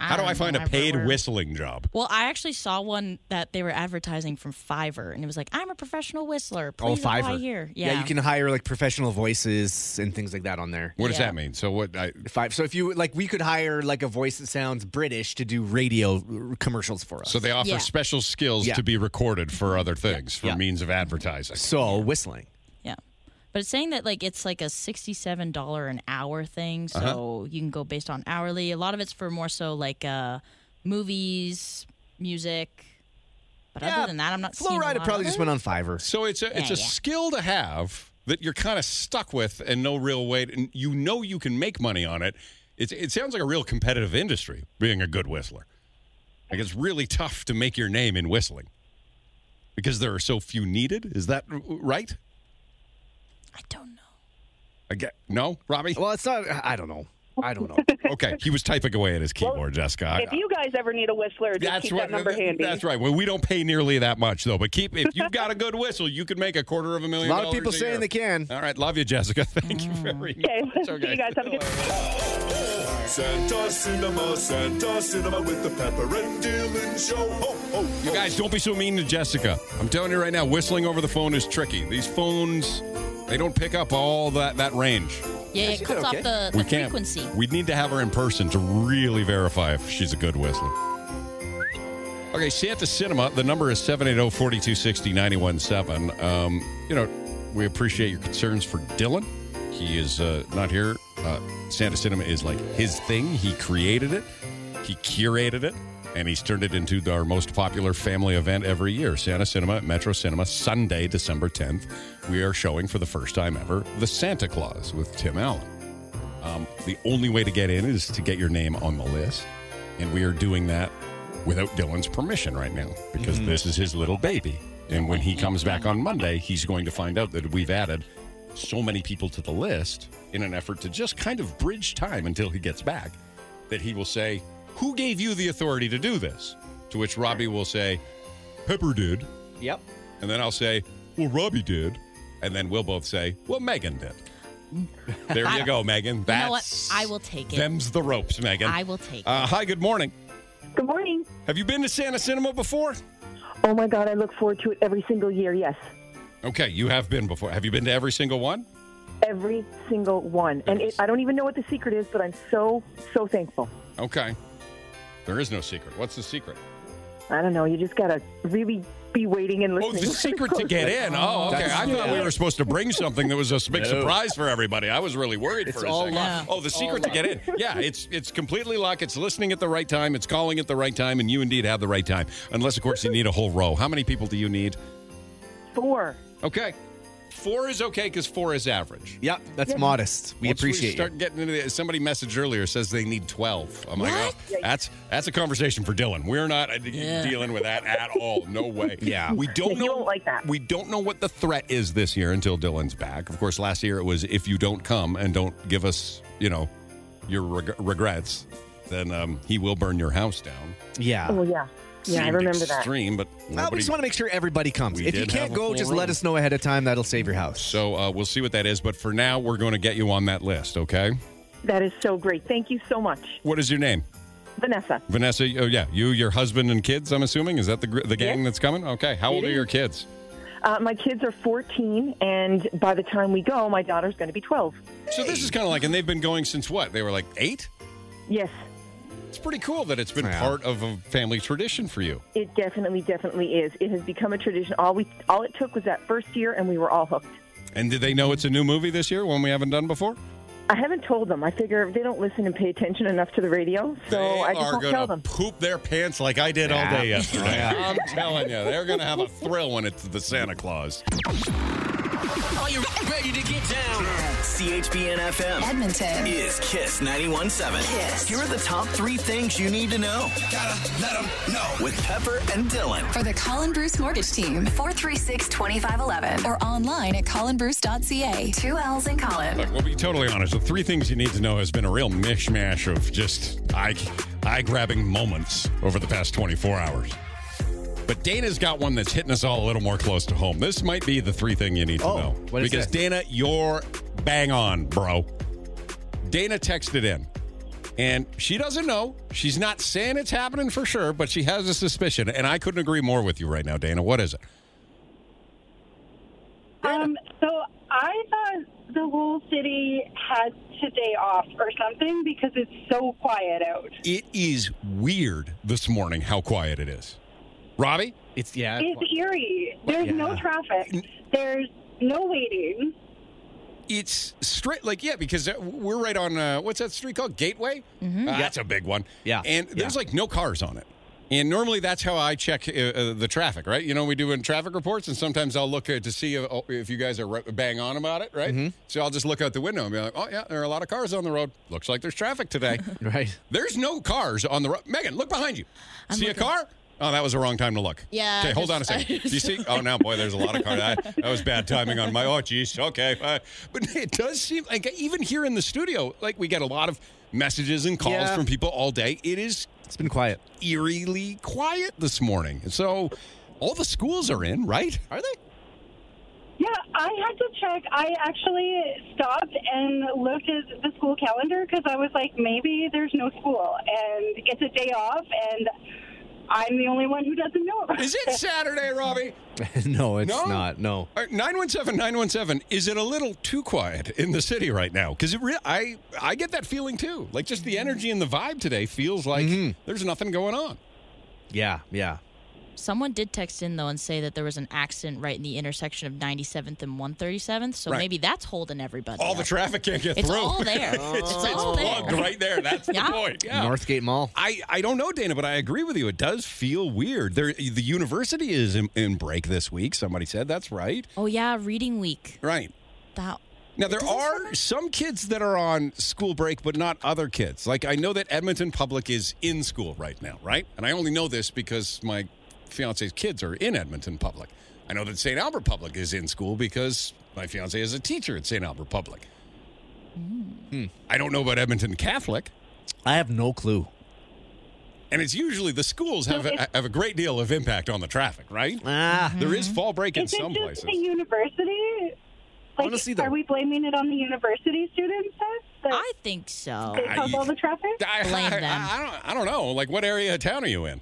How do I find a paid whistling job? Well, I actually saw one that they were advertising from Fiverr, and it was like, "I'm a professional whistler. oh, Please apply Fiverr. here." yeah. you can hire like professional voices and things like that on there. What does Yeah. that mean? So what? I, Five. So if you like, we could hire like a voice that sounds British to do radio uh, commercials for us. so So, they offer Yeah. special skills Yeah. to be recorded for other things, for Yeah. means of advertising. whistling. Yeah. But it's saying that like it's like a sixty-seven dollar an hour thing, so you can go based on hourly. A lot of it's for more so like uh, movies, music. But Yeah, other than that, I'm not. Flow seeing a Rider lot probably of just it. went on Fiverr. So it's a it's a yeah. skill to have that you're kind of stuck with and no real way. And you know you can make money on it. It's, it sounds like a real competitive industry being a good whistler. Like it's really tough to make your name in whistling because there are so few needed. Is that r- right? I don't know. I get, no, Robbie. Well, it's not. I don't know. I don't know. Okay, he was typing away at his keyboard, Jessica. I- If you guys ever need a whistler, just keep that number handy. That's right. Well, we don't pay nearly that much though. But keep if you've got a good whistle, you can make a quarter of a a million. lot of dollars people saying year. they can. All right, love you, Jessica. Thank you very much. Mm-hmm. Okay. See you guys. Have a good. Santa Cinema, Santa Cinema with the Pepper and Dylan Show. Oh, oh, You guys, don't be so mean to Jessica. I'm telling you right now, whistling over the phone is tricky. These phones, they don't pick up all that that range. Yeah, it cuts off the, the frequency. We need to have her in person to really verify if she's a good whistler. Okay, Santa Cinema, the number is oh, 780 4260 917. Um, You know, we appreciate your concerns for Dylan. He is uh, not here. Uh, Santa Cinema is like his thing. He created it, he curated it, and he's turned it into our most popular family event every year Santa Cinema at Metro Cinema, Sunday, December 10th. We are showing for the first time ever The Santa Claus with Tim Allen. Um, the only way to get in is to get your name on the list. And we are doing that without Dylan's permission right now because this is his little baby. And when he comes back on Monday, he's going to find out that we've added so many people to the list in an effort to just kind of bridge time until he gets back that he will say, Who gave you the authority to do this? To which Robbie will say, Pepper did. Yep. And then I'll say, Well, Robbie did. And then we'll both say, Well, Megan did. There you go, Megan. You That's know what? I will take it. Them's the ropes, Megan. I will take Uh, hi, good morning. Good morning. Have you been to Santa Cinema before? Oh my God, I look forward to it every single year. Yes, Okay, you have been before. Have you been to every single one? every single one. And it, I don't even know what the secret is, but I'm so so thankful. Okay. There is no secret. What's the secret? I don't know. You just gotta really be waiting and Oh, listening. the secret to get in. Oh, okay. I thought we were supposed to bring something that was a big surprise for everybody. I was really worried It's for a all second. luck. Oh, the secret to get in. Yeah, it's it's completely luck. It's listening at the right time. It's calling at the right time, and you indeed have the right time. Unless, of course, you need a whole row. How many people do you need? Four. Okay. Four is okay because four is average. Yep. That's modest. We Once appreciate start getting into the, somebody messaged earlier says they need 12 i'm like oh, that's that's a conversation for dylan we're not uh, dealing with that at all no way Yeah. we don't You know won't like that. we don't know what the threat is this year until dylan's back of course last year it was if you don't come and don't give us you know your reg- regrets then um, he will burn your house down you. Yeah. Oh yeah, yeah. I Ah. Seemed remember that. extreme, but Well, we nobody- just want to make sure everybody comes. We If you did can't have a go, full just room. let us know ahead of time. That'll save your house. so uh, we'll see what that is but for now we're going to get you on that list okay That is so great. Thank you so much, what is your name Vanessa. Vanessa, oh yeah, you, your husband, and kids. I'm assuming is that the gr- the gang Yes. that's coming? Okay, how old are your kids? Uh, my kids are 14, and by the time we go, my daughter's going to be 12. So this is kind of like, and they've been going since what? They were like eight. Yes. It's pretty cool that it's been Yeah. part of a family tradition for you. It definitely, definitely is. It has become a tradition. All we, all it took was that first year, and we were all hooked. And did they know it's a new movie this year, one we haven't done before? I haven't told them. I figure they don't listen and pay attention enough to the radio, so they I just are won't gonna tell them. poop their pants like I did all day yesterday. Yeah. I'm telling you, they're going to have a thrill when it's the Santa Claus. Are you ready to get down? CHBN FM Edmonton. is Kiss 91.7. Kiss. Here are the top three things you need to know. Gotta let them know. With Pepper and Dylan. For the Colin Bruce Mortgage Team, 436 2511. Or online at colinbruce.ca. Two L's in Colin. Look, we'll be totally honest. The three things you need to know has been a real mishmash of just eye, eye grabbing moments over the past 24 hours. But Dana's got one that's hitting us all a little more close to home. This might be the three thing you need to Oh, know. what is because this? Dana, you're bang on, bro. Dana texted in. And she doesn't know. She's not saying it's happening for sure, but she has a suspicion. And I couldn't agree more with you right now, Dana. What is it? Um, so I thought the whole city had today off or something because it's so quiet out. It is weird this morning how quiet it is. Robbie? It's yeah. It's eerie. There's no yeah. traffic. There's no waiting. it's straight like yeah because we're right on uh, what's that street called gateway Uh, that's a big one Mm-hmm. Yeah. and there's Yeah. like no cars on it and normally that's how i check uh, uh, the traffic right you know we do in traffic reports and sometimes i'll look uh, to see if, if you guys are ri- bang on about it right Mm-hmm. so i'll just look out the window and be like oh yeah there are a lot of cars on the road looks like there's traffic today right. there's no cars on the road megan look behind you see a car Oh, that was the wrong time to look. Yeah, Okay, I hold on a just- I second. Do you just- see? Oh, now, boy, there's a lot of cars. That, that was bad timing on my. Oh, geez. Okay, Uh, but it does seem like even here in the studio, like we get a lot of messages and calls Yeah. from people all day. It is It's been quiet. eerily quiet this morning. So all the schools are in, right? Are they? Yeah, I had to check. I actually stopped and looked at the school calendar because I was like, maybe there's no school and it's a day off, and I'm the only one who doesn't know about Is it Saturday, Robbie? no, it's No? not. No. All right, 917 917 is it a little too quiet in the city right now because it re- I I get that feeling too like just the energy and the vibe today feels like there's nothing going on Yeah. Yeah. Someone did text in though and say that there was an accident right in the intersection of 97th and 137th. So Right. maybe that's holding everybody. all the up. traffic can't get It's through all there. it's, It's it's all there. plugged right there that's the Yeah. point yeah. Northgate Mall. I, I don't know, Dana, but I agree with you. It does feel weird. There, the university is in, in break this week. Somebody said that's right. Oh yeah, reading week. Right. That Now there are some kids that are on school break, but not other kids. Like I know that Edmonton Public is in school right now, right? And I only know this because my fiance's kids are in Edmonton Public. I know that St. Albert Public is in school because my fiance is a teacher at St. Albert Public. Hmm. I don't know about Edmonton Catholic, I have no clue. and it's usually the schools have it's- a, have a great deal of impact on the traffic, right? Ah. There is fall break in Uh-huh. Is it some just places. the university? Like, Honestly, though- are we blaming it on the university students? That I think so. they cause all the traffic? I, Blame I- them. I don't, I don't know. Like, what area of town are you in?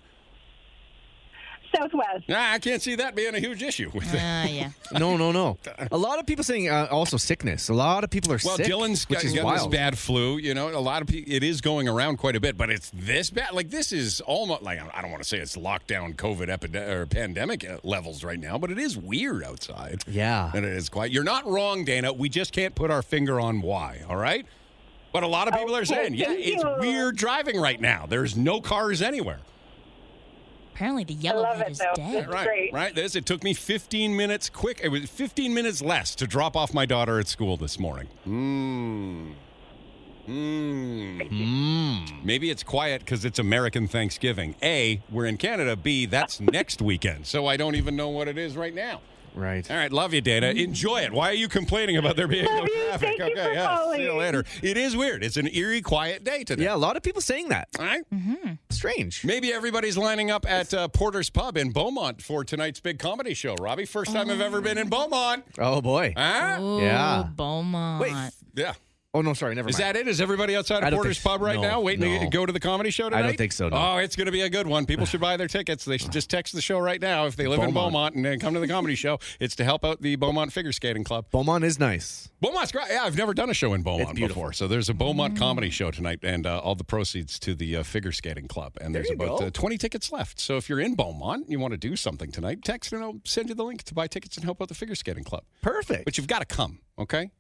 Southwest. Nah, I can't see that being a huge issue with it. Uh, yeah. No, no, no. A lot of people saying uh, also sickness. A lot of people are Well, sick, Dylan's got, which is got this wild. bad flu. You know, a lot of people, it is going around quite a bit, but it's this bad. Like, this is almost like, I don't want to say it's lockdown COVID epidemic or pandemic uh, levels right now, but it is weird outside. Yeah. And it is quite, you're not wrong, Dana. We just can't put our finger on why, all right? But a lot of people are saying, yeah, thank it's you. weird driving right now. There's no cars anywhere. Apparently the I yellow love head it is though. dead. It's great. Right. This it took me 15 minutes quick. It was 15 minutes less to drop off my daughter at school this morning. Mmm. Mmm. Maybe it's quiet because it's American Thanksgiving. A, we're in Canada. B, that's next weekend. So I don't even know what it is right now. Right. All right, love you, Dana. Enjoy it. Why are you complaining about there being no Love you. traffic? Thank you okay, for yeah. See you calling. later. It is weird. It's an eerie, quiet day today. Yeah, a lot of people saying that. All right. Strange. Maybe everybody's lining up at uh, Porter's Pub in Beaumont for tonight's big comedy show. Robbie, first time I've ever been in Beaumont. Oh boy. Huh? Ooh, Yeah. Beaumont. Wait. Yeah. Oh no, sorry, never Is mind. that it? Is everybody outside I of don't Porter's think so. Pub right No, now waiting no. to go to the comedy show tonight? don't think so, no. Oh, it's going to be a good one. People should buy their tickets. They should just text the show right now if they live in Beaumont. Beaumont and then come to the comedy show. It's to help out the Beaumont Figure Skating Club. Beaumont is nice. Beaumont's great. Yeah, I've never done a show in Beaumont It's beautiful. before. So there's a Beaumont comedy show tonight, and uh, all the proceeds to the uh, figure skating club. And there's you about go. uh, 20 tickets left. So if you're in Beaumont and you want to do something tonight, text and I'll send you the link to buy tickets and help out the figure skating club. Perfect. But you've got to come, okay?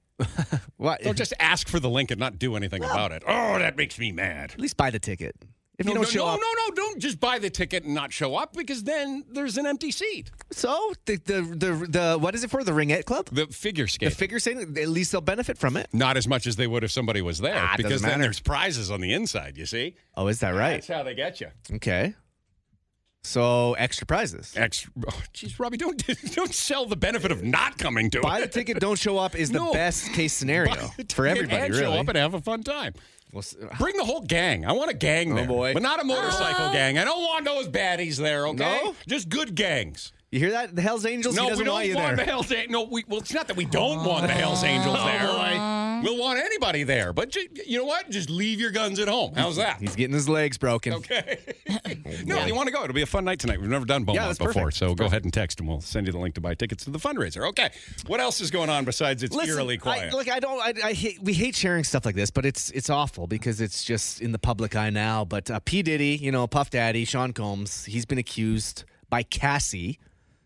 What? Don't just ask for the link and not do anything about it. Oh, that makes me mad. at least buy the ticket. If No, you don't no, show no, up, no, no, don't just buy the ticket and not show up because then there's an empty seat. so the, the the the what is it for? The Ringette Club? The figure The skating. figure skating. At least they'll benefit from it. not as much as they would if somebody was there Ah, it because doesn't then matter. there's prizes on the inside, you see? Oh, is that right? That's how they get you. Okay. So extra prizes. Ex- oh, Jeez, Robbie, don't don't sell the benefit of not coming to Buy the it. ticket, don't show up is the No. best case Buy scenario the for ticket everybody. and Really. Show up and have a fun time. Well, s- Bring the whole gang. I want a gang Oh, there, boy. but not a motorcycle gang. I don't want those baddies there. Okay, No? just good gangs. you hear that? The Hell's Angels. No, he we doesn't don't want you there. the Hell's Angels. No, we, well, it's not that we don't want the Hell's Angels there. We'll want anybody there, but ju- you know what? Just leave your guns at home. How's that? He's getting his legs broken. Okay. no, you want to go. It'll be a fun night tonight. We've never done Beaumont that's before, perfect. so go ahead and text and we'll send you the link to buy tickets to the fundraiser. Okay. What else is going on besides it's eerily quiet? I, look, I don't. I, I hate, we hate sharing stuff like this, but it's it's awful because it's just in the public eye now. But uh, P Diddy, you know, Puff Daddy, Sean Combs, he's been accused by Cassie.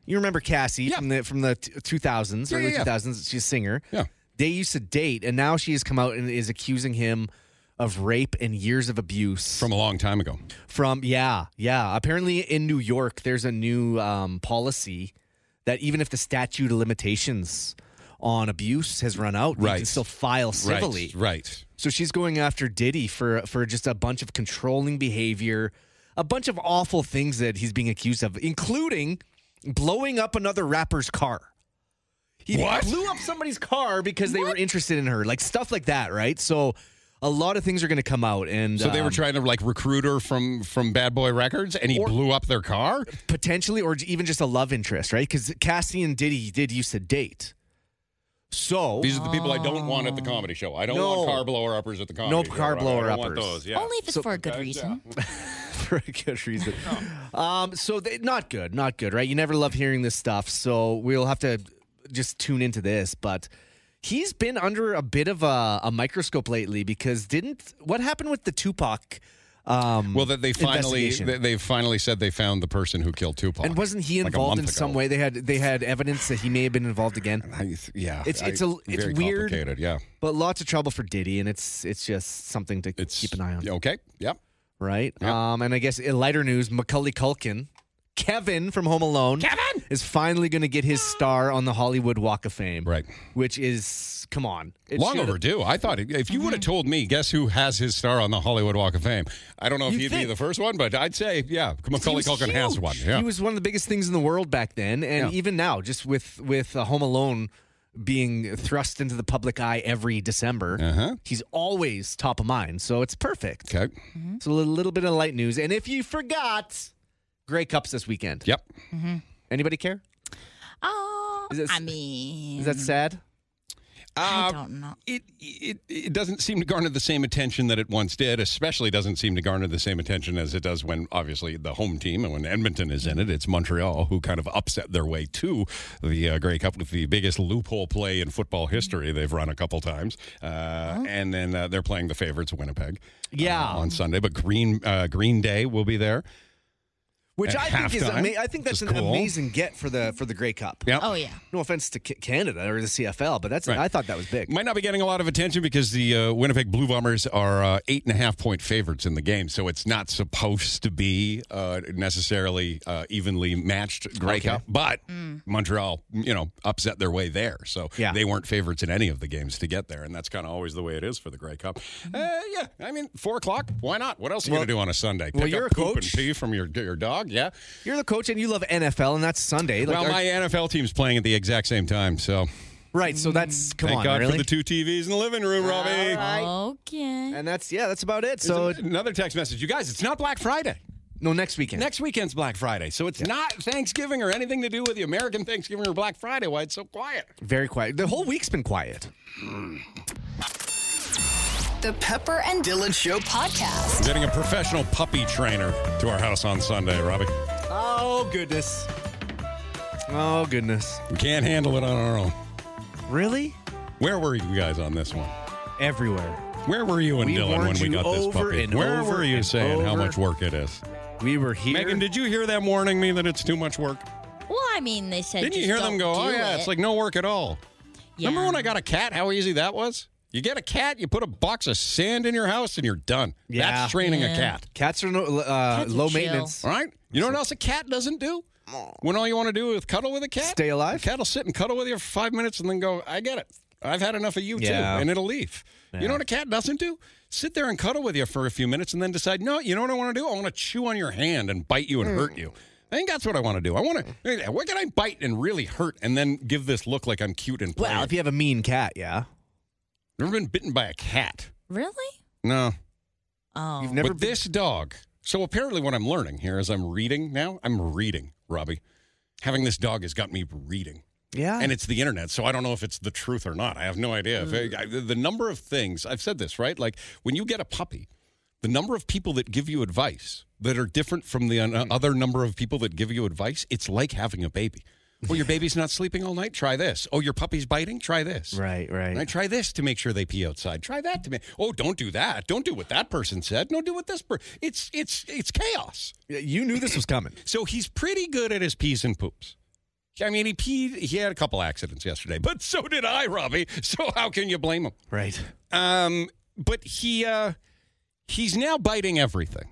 You remember Cassie Yeah. from the from the two thousands, Yeah, early yeah, yeah. two thousands. She's a singer. Yeah. They used to date, and now she has come out and is accusing him of rape and years of abuse From a long time ago. from yeah, yeah. Apparently in New York, there's a new um, policy that even if the statute of limitations on abuse has run out, you Right. can still file civilly. Right. Right. So she's going after Diddy for for just a bunch of controlling behavior, a bunch of awful things that he's being accused of, including blowing up another rapper's car. He What? blew up somebody's car because they were interested in her, like stuff like that, right? So a lot of things are going to come out, and So they were um, trying to like recruit her from from Bad Boy Records, and he blew up their car. potentially, or even just a love interest, right? Because Cassie and Diddy did used to date. So These are the people I don't want at the comedy show. I don't Oh. No. want car blower uppers at the comedy. No show. car I don't blower want uppers. those, yeah. Only if it's for a good reason. for a good reason. Um, so they, not good, not good, right? You never love hearing this stuff. So we'll have to just tune into this, but. He's been under a bit of a, a microscope lately because didn't what happened with the Tupac? Um, Well, that they finally investigation? they, they finally said they found the person who killed Tupac. and wasn't he like a involved in month some ago. way? They had they had evidence that he may have been involved again. I, yeah, It's- I- it's a- it's very weird. Complicated, yeah. But lots of trouble for Diddy, and it's it's just something to It's keep an eye on, yeah, Okay, yep. right? Yeah. Um, and I guess in lighter news, Macaulay Culkin, Kevin from Home Alone, Kevin! is finally going to get his star on the Hollywood Walk of Fame, Right. Which is come on, It Long should've- overdue. I thought it- if you would have told me, guess who has his star on the Hollywood Walk of Fame? I don't know if You he'd be think- the first one, but I'd say yeah, He Macaulay was Culkin has one. huge. Yeah. He was one of the biggest things in the world back then, and Yeah. even now, just with with uh, Home Alone being thrust into the public eye every December, Uh-huh. he's always top of mind. So it's perfect. okay. So a little, little bit of light news. And if you forgot, Grey Cups this weekend. Yep. Anybody care? Oh, Is that- I mean, Is that sad? I Uh, don't know. it, it it doesn't seem to garner the same attention that it once did. Especially doesn't seem to garner the same attention as it does when obviously the home team and when Edmonton is in it. It's Montreal who kind of upset their way to the uh, Grey Cup with the biggest loophole play in football history. Mm-hmm. They've run a couple times, uh, and then uh, they're playing the favorites, Winnipeg, uh, Yeah. on Sunday. But Green uh, Green Day will be there. Which At I think is halftime, ama- I think that's which an is cool. amazing get for the for the Grey Cup. Yeah. Oh yeah. No offense to C- Canada or the CFL, but that's Right. I thought that was big. Might not be getting a lot of attention because the uh, Winnipeg Blue Bombers are uh, eight and a half point favorites in the game, so it's not supposed to be uh, necessarily uh, evenly matched Grey Okay. Cup. But Montreal, you know, upset their way there, so Yeah. they weren't favorites in any of the games to get there, and that's kind of always the way it is for the Grey Cup. Uh, yeah, I mean, four o'clock. Why not? What else are you Well- gonna do on a Sunday? well, Pick you're up a poop coach. and pee from your your dog. Yeah. You're the coach and you love NFL, and that's Sunday. Like, well, are- my NFL team's playing at the exact same time, so right. So that's come Mm, thank on, God really. for the two TVs in the living room, Robbie. Okay. and that's yeah, that's about it. So There's an- another text message. You guys, it's not Black Friday. no, next weekend. Next weekend's Black Friday. So it's not Thanksgiving or anything to do with the American Thanksgiving or Black Friday. Why it's so quiet. Very quiet. The whole week's been quiet. The Pepper and Dylan Show podcast. Getting a professional puppy trainer to our house on Sunday, Robbie. Oh, goodness. Oh, goodness. We can't handle it on our own. Really? Where were you guys on this one? Everywhere. Where were you and We Dylan when warned we you got this over puppy? and Where over were you and saying how over. much work it is? We were here. Megan, did you hear them warning me that it's too much work? Well, I mean, they said Didn't you just hear them don't go, oh, do yeah, it." it's like no work at all? Remember Yeah. when I got a cat, how easy that was? You get a cat, you put a box of sand in your house, and you're done. Yeah. That's training a Yeah. cat. Cats are no, uh, Cats are low chill. maintenance. All right? You know what else a cat doesn't do? When all you want to do is cuddle with a cat? Stay alive? The cat will sit and cuddle with you for five minutes and then go, I get it. I've had enough of you Yeah. too. And it'll leave. You know what a cat doesn't do? Sit there and cuddle with you for a few minutes and then decide, no, you know what I want to do? I want to chew on your hand and bite you and Hmm. hurt you. I think that's what I want to do. I want to, what can I bite and really hurt and then give this look like I'm cute and playing? Well, if you have a mean cat, yeah. Never been bitten by a cat. really? No. Oh, You've never but been- this dog. So apparently, what I'm learning here is I'm reading now. I'm reading, Robbie. Having this dog has got me reading, Yeah. and it's the internet, so I don't know if it's the truth or not. I have no idea. Hmm. If- I- the number of things I've said this right, like when you get a puppy, the number of people that give you advice that are different from the uh, Hmm. other number of people that give you advice, it's like having a baby. Oh, your baby's not sleeping all night. Try this. Oh, your puppy's biting. Try this. right, right. I try this to make sure they pee outside. Try that to make. Oh, don't do that. Don't do what that person said. No, do what this person. It's it's it's chaos. you knew this was coming. So he's pretty good at his pees and poops. I mean, he peed. He had a couple accidents yesterday, but so did I, Robbie. So how can you blame him? Right. Um, but he uh, he's now biting everything.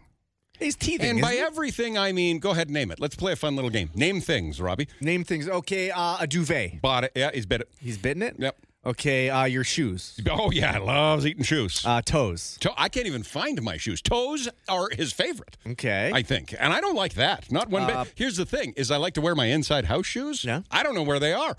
He's teething. And isn't by he? everything, I mean, go ahead, name it. Let's play a fun little game. Name things, Robbie. Name things. Okay, uh, a duvet. Bought it. Yeah, he's bit it. He's bitten it? Yep. Okay, uh, your shoes. Oh yeah, loves eating shoes. Uh, toes. To- I can't even find my shoes. Toes are his favorite. Okay. I think, and I don't like that. Not one bit. Here's the thing: is I like to wear my inside house shoes. Uh, Yeah. I don't know where they are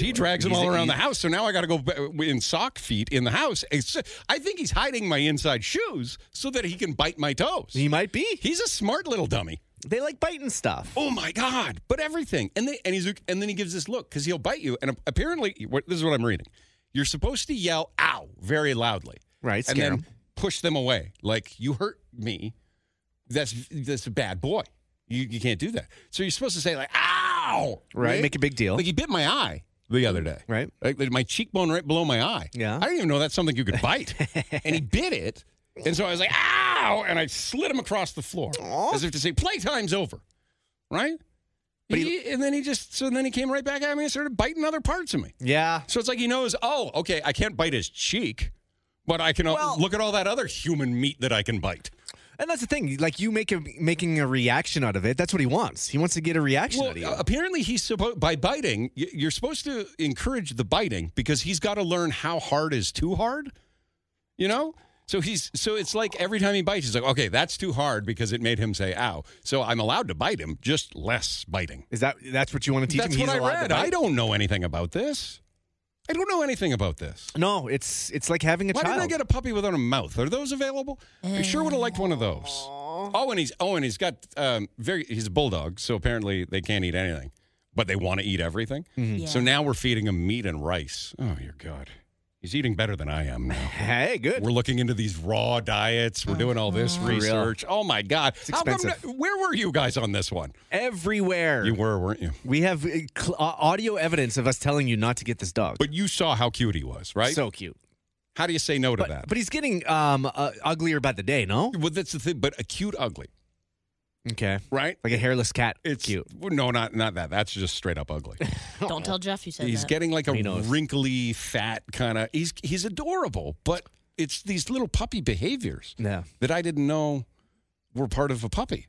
he drags them He's- all around the he's- house. So now I got to go b- in sock feet in the house. It's- I think he's hiding my inside shoes so that he can bite my toes. He might be. he's a smart little dummy. They like biting stuff. Oh my god! But everything, and they, and he's and then he gives this look because he'll bite you. And apparently, what, this is what I'm reading: you're supposed to yell "ow" very loudly, Right, And scare then 'em. push them away, like you hurt me. That's that's a bad boy. You you can't do that. So you're supposed to say like "ow," Right, make a big deal. Like he bit my eye the other day, Right. Like like, my cheekbone right below my eye. Yeah. I didn't even know that's something you could bite, and he bit it. And so I was like, "Ow!" And I slid him across the floor as if to say, "Playtime's over." right? But he, and then he just so then he came right back at me and started biting other parts of me. Yeah. So it's like he knows, oh, okay, I can't bite his cheek, but I can uh, Well- look at all that other human meat that I can bite. And that's the thing. Like you make a, making a reaction out of it. That's what he wants. He wants to get a reaction Well, out of you. uh, apparently he's supposed by biting. y- You're supposed to encourage the biting because he's got to learn how hard is too hard. You know. So he's so it's like every time he bites, he's like, okay, that's too hard because it made him say ow. So I'm allowed to bite him, just less biting. Is that that's what you want to teach That's him? what I allowed to read. bite? I don't know anything about this. I don't know anything about this. No, it's it's like having a Why child. didn't I get a puppy without a mouth? Are those available? I sure would have liked one of those. Oh, and he's oh, and he's got um, very. He's a bulldog, so apparently they can't eat anything, but they want to eat everything. Mm-hmm. So Yeah. now we're feeding him meat and rice. Oh, your God, he's eating better than I am now. hey, good. We're looking into these raw diets. We're doing all this Mm-hmm. real. research. Oh my God! How come expensive. no- where were you guys on this one? Everywhere. You were, weren't you? we have uh, cl- uh, audio evidence of us telling you not to get this dog. But you saw how cute he was, right? So cute. How do you say no to But, that? but he's getting um uh, uglier by the day, no? well, that's the thing. But a cute ugly, Okay. right? Like a hairless cat. It's cute. well, No, not not that. That's just straight up ugly. don't tell Jeff you said he's that. getting like a He knows. wrinkly, fat kind of. He's he's adorable, but it's these little puppy behaviors Yeah. that I didn't know were part of a puppy.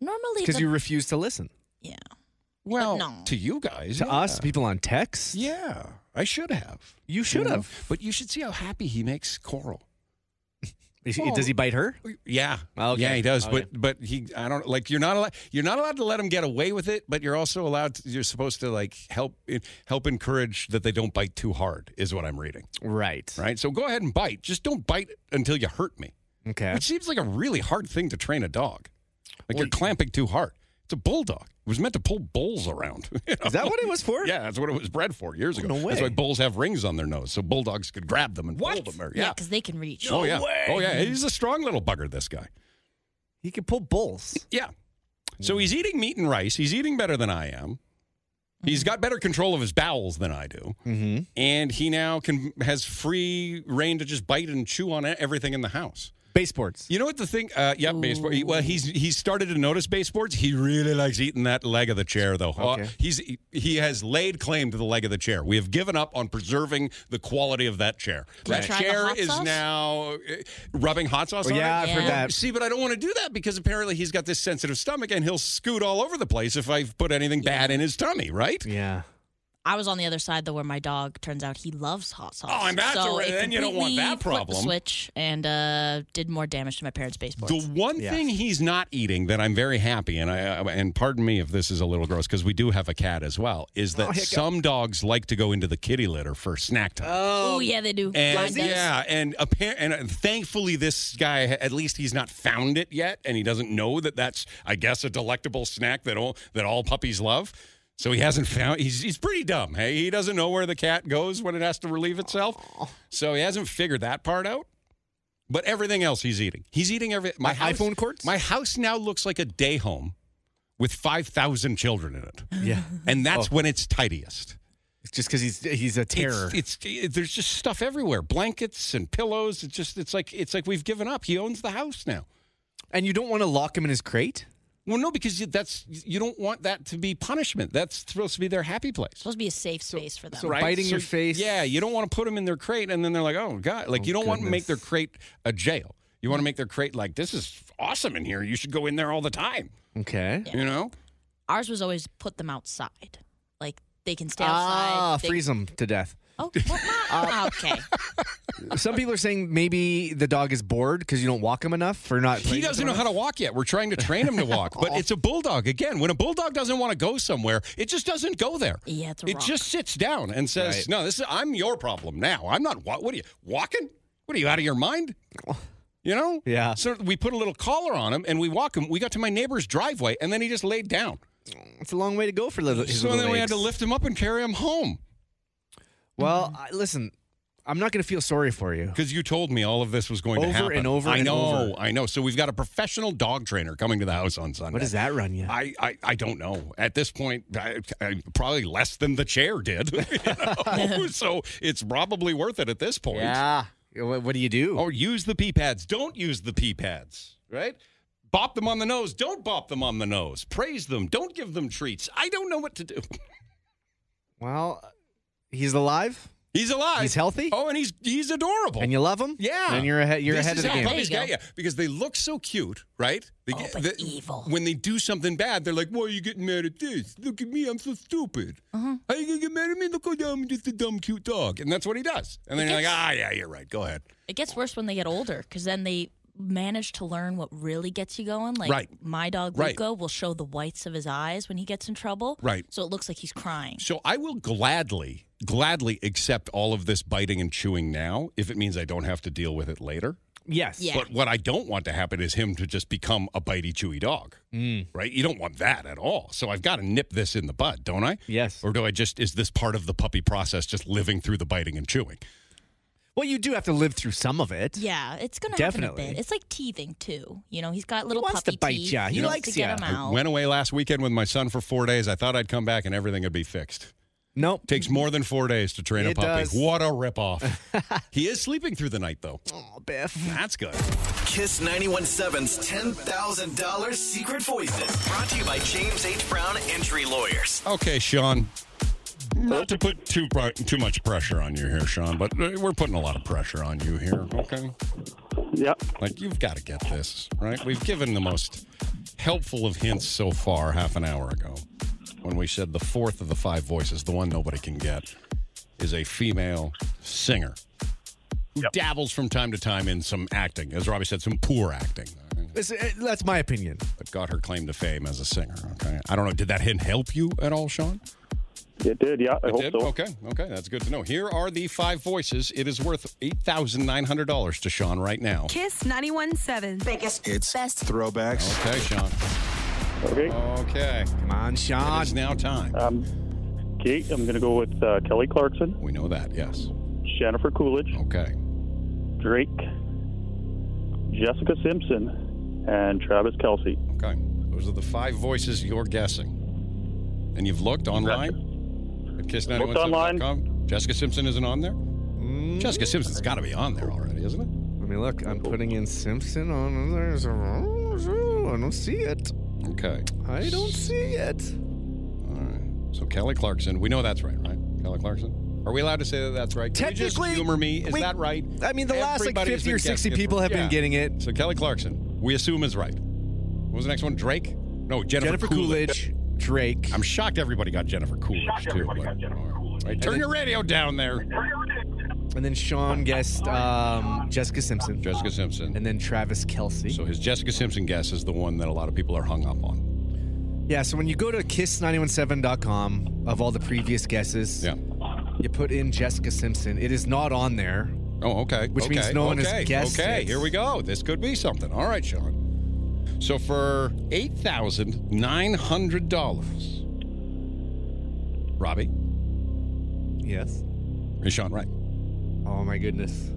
Normally, Because the, you refuse to listen yeah. Well, no. to you guys, to yeah. us, people on text. yeah, I should have. You should You know? have. but you should see how happy he makes Coral. Is- Does he bite her? Yeah, Okay. yeah, he does. Okay. But but he, I don't like. You're not allowed. You're not allowed to let him get away with it. But you're also allowed. To, you're supposed to like help help encourage that they don't bite too hard. Is what I'm reading. Right. Right. So go ahead and bite. Just don't bite until you hurt me. Okay. Which seems like a really hard thing to train a dog. Like Well, you're clamping too hard. It's a bulldog. It was meant to pull bulls around. you know? Is that what it was for? Yeah, that's what it was bred for years ago. No That's way. why bulls have rings on their nose, so bulldogs could grab them and pull them. Or, yeah. because they can reach. oh yeah. Oh yeah. He's a strong little bugger. This guy. He could pull bulls. Yeah. So Mm. he's eating meat and rice. He's eating better than I am. He's got better control of his bowels than I do, Mm-hmm. and he now can has free reign to just bite and chew on e-, everything in the house. Baseboards. You know what the thing? Uh, yeah, baseboard. He- Well, he's he's started to notice baseboards. He really likes eating that leg of the chair, though. Uh, Okay. he's he has laid claim to the leg of the chair. We have given up on preserving the quality of that chair. you That try the chair hot is sauce? now uh, rubbing hot sauce. Oh, on yeah, it. I've heard Yeah. that. See, but I don't want to do that because apparently he's got this sensitive stomach and he'll scoot all over the place if I put anything bad in his tummy, right? Yeah. I was on the other side though, where my dog turns out he loves hot sauce. Oh, and that's so a- it then you don't want completely that flipped problem. The switch and uh, did more damage to my parents' baseboards. The one Yeah. thing he's not eating that I'm very happy, and I and pardon me if this is a little gross because we do have a cat as well, is that some dogs like to go into the kitty litter for snack time. oh yeah, they do. Mine and does. yeah, and appar- and uh, thankfully this guy at least he's not found it yet, and he doesn't know that that's I guess a delectable snack that all that all puppies love. So he hasn't found. He's he's pretty dumb. Hey, he doesn't know where the cat goes when it has to relieve itself. So he hasn't figured that part out. But everything else he's eating, he's eating every my Like house, iPhone cords? My house now looks like a day home with five thousand children in it, Yeah. and Oh. that's when it's tidiest. It's just because he's he's a terror. It's, it's it- there's just stuff everywhere, blankets and pillows. It's just it's like it's like we've given up. He owns the house now. and you don't want to lock him in his crate? Well, no, because you- that's you don't want that to be punishment. That's supposed to be their happy It's place. supposed to be a safe space for them. so biting your face. Yeah, you don't want to put them in their crate, and then they're like, "Oh God!" Like you don't want to make their goodness. crate a jail. You want to make their crate like this is awesome in here. You should go in there all the time. Okay. You know? Ours was always put them outside, like they can stay outside. Ah, they- freeze Uh, him to death. Oh, well, not- okay. Some people are saying maybe the dog is bored because you don't walk him enough or not. He doesn't know how to walk yet. We're trying to train him to walk, but it's a bulldog again. When a bulldog doesn't want to go somewhere, it just doesn't go there. Yeah, it's a it rock. just sits down and says, Right. "No, this is I'm your problem now. I'm not what. What are you walking? What are you out of your mind?" You know? Yeah. So we put a little collar on him and we walk him. We got to my neighbor's driveway and then he just laid down. It's a long way to go for little. His so then little we had to legs. lift him up and carry him home Well, I, listen, I'm not going to feel sorry for you. because you told me all of this was going to Over and happen. over I and know. over. I know. So we've got a professional dog trainer coming to the house on Sunday. What does that run you? I, I, I don't know. At this point, I, I, probably less than the chair did. you know? so it's probably worth it at this point. yeah. What, what do you do? Or use the pee pads. Don't use the pee pads, right? Bop them on the nose. Don't bop them on the nose. Praise them. Don't give them treats. I don't know what to do. Well, he's alive, He's alive. He's healthy? Oh, and he's he's adorable. and you love him. Yeah. And you're ahead. You're This ahead is of the how game. puppies There you get- yeah, because they look so cute, right? They, Oh, get- but they- evil. When they do something bad, they're like, "Why are you getting mad at this? Look at me, I'm so stupid. Uh-huh. How you gonna get mad at me? Look, how I'm just a dumb, cute dog." And that's what he does. And then you're like, gets- "Ah, yeah, you're right. Go ahead." It gets worse when they get older because then they manage to learn what really gets you going. Like Right. my dog Right. Luco will show the whites of his eyes when he gets in trouble. Right. So it looks like he's crying. So I will gladly, gladly accept all of this biting and chewing now if it means I don't have to deal with it later. Yes. Yeah. But what I don't want to happen is him to just become a bitey, chewy dog, Mm. right? You don't want that at all. So I've got to nip this in the bud, don't I? Yes. Or do I just, is this part of the puppy process, just living through the biting and chewing? Well, you do have to live through some of it. Yeah, it's gonna Definitely. happen a bit. It's like teething too. You know, he's got little wants to puppy bite teeth. ya. He needs likes to get ya. 'em I out. Went away last weekend with my son for four days. I thought I'd come back and everything would be fixed. Nope. Takes more than four days to train a It puppy. does. What a ripoff. he is sleeping through the night, though. Oh, Biff. That's good. Kiss 917's $10,000 Secret Voices. Brought to you by James H. Brown Entry Lawyers. Okay, Sean. Not to put too pri- too much pressure on you here, Sean, but uh, we're putting a lot of pressure on you here. Okay. Yep. Like you've got to get this right. We've given the most helpful of hints so far half an hour ago when we said the fourth of the five voices, the one nobody can get, is a female singer who dabbles from time to time in some acting. As Robbie said, some poor acting, It's- uh, That's my opinion. but got her claim to fame as a singer. Okay. I don't know. Did that hint help you at all, Sean? It did. Yeah. I It hope did? so. Okay, okay, that's good to know. Here are the five voices. It is worth eight thousand nine hundred dollars to Sean right now. Kiss 91.7. It's throwbacks. Okay, Sean. Okay. Okay. Come on, Sean. It's now time. Um, okay, I'm going to go with uh, Kelly Clarkson, We know that, yes. Jennifer Coolidge, Okay. Drake, Jessica Simpson, and Travis Kelsey. Okay. Those are the five voices you're guessing. And you've looked online at Looked online. kiss917.com? Jessica Simpson isn't on there? Jessica Simpson's got to be on there already, isn't it? I mean, look, I'm putting in Simpson on there. so- I don't see it. Okay. I don't see it. All right. So Kelly Clarkson, we know that's right, right? Kelly Clarkson? Are we allowed to say that that's right? Can you just Technically, humor me. Is we- that right? I mean, the last, like, Everybody's 50 been or 60 guessing it people for- have been Yeah. getting it. So Kelly Clarkson, we assume is right. What was the next one? Drake? No, Jennifer, Jennifer Coolidge. Coolidge, Drake. I'm shocked everybody got Jennifer Coolidge too. but- All right, turn your radio down there. And then Sean guessed um, Jessica Simpson. Jessica Simpson. And then Travis Kelsey. So his Jessica Simpson guess is the one that a lot of people are hung up on. yeah, so when you go to kiss917.com, of all the previous guesses, Yeah. you put in Jessica Simpson. It is not on there. Oh, okay. Which okay, means no one has okay, guessed Okay, it. here we go. This could be something. All right, Sean. So for eight thousand nine hundred dollars, Robbie Yes. is Sean right? Oh, my goodness.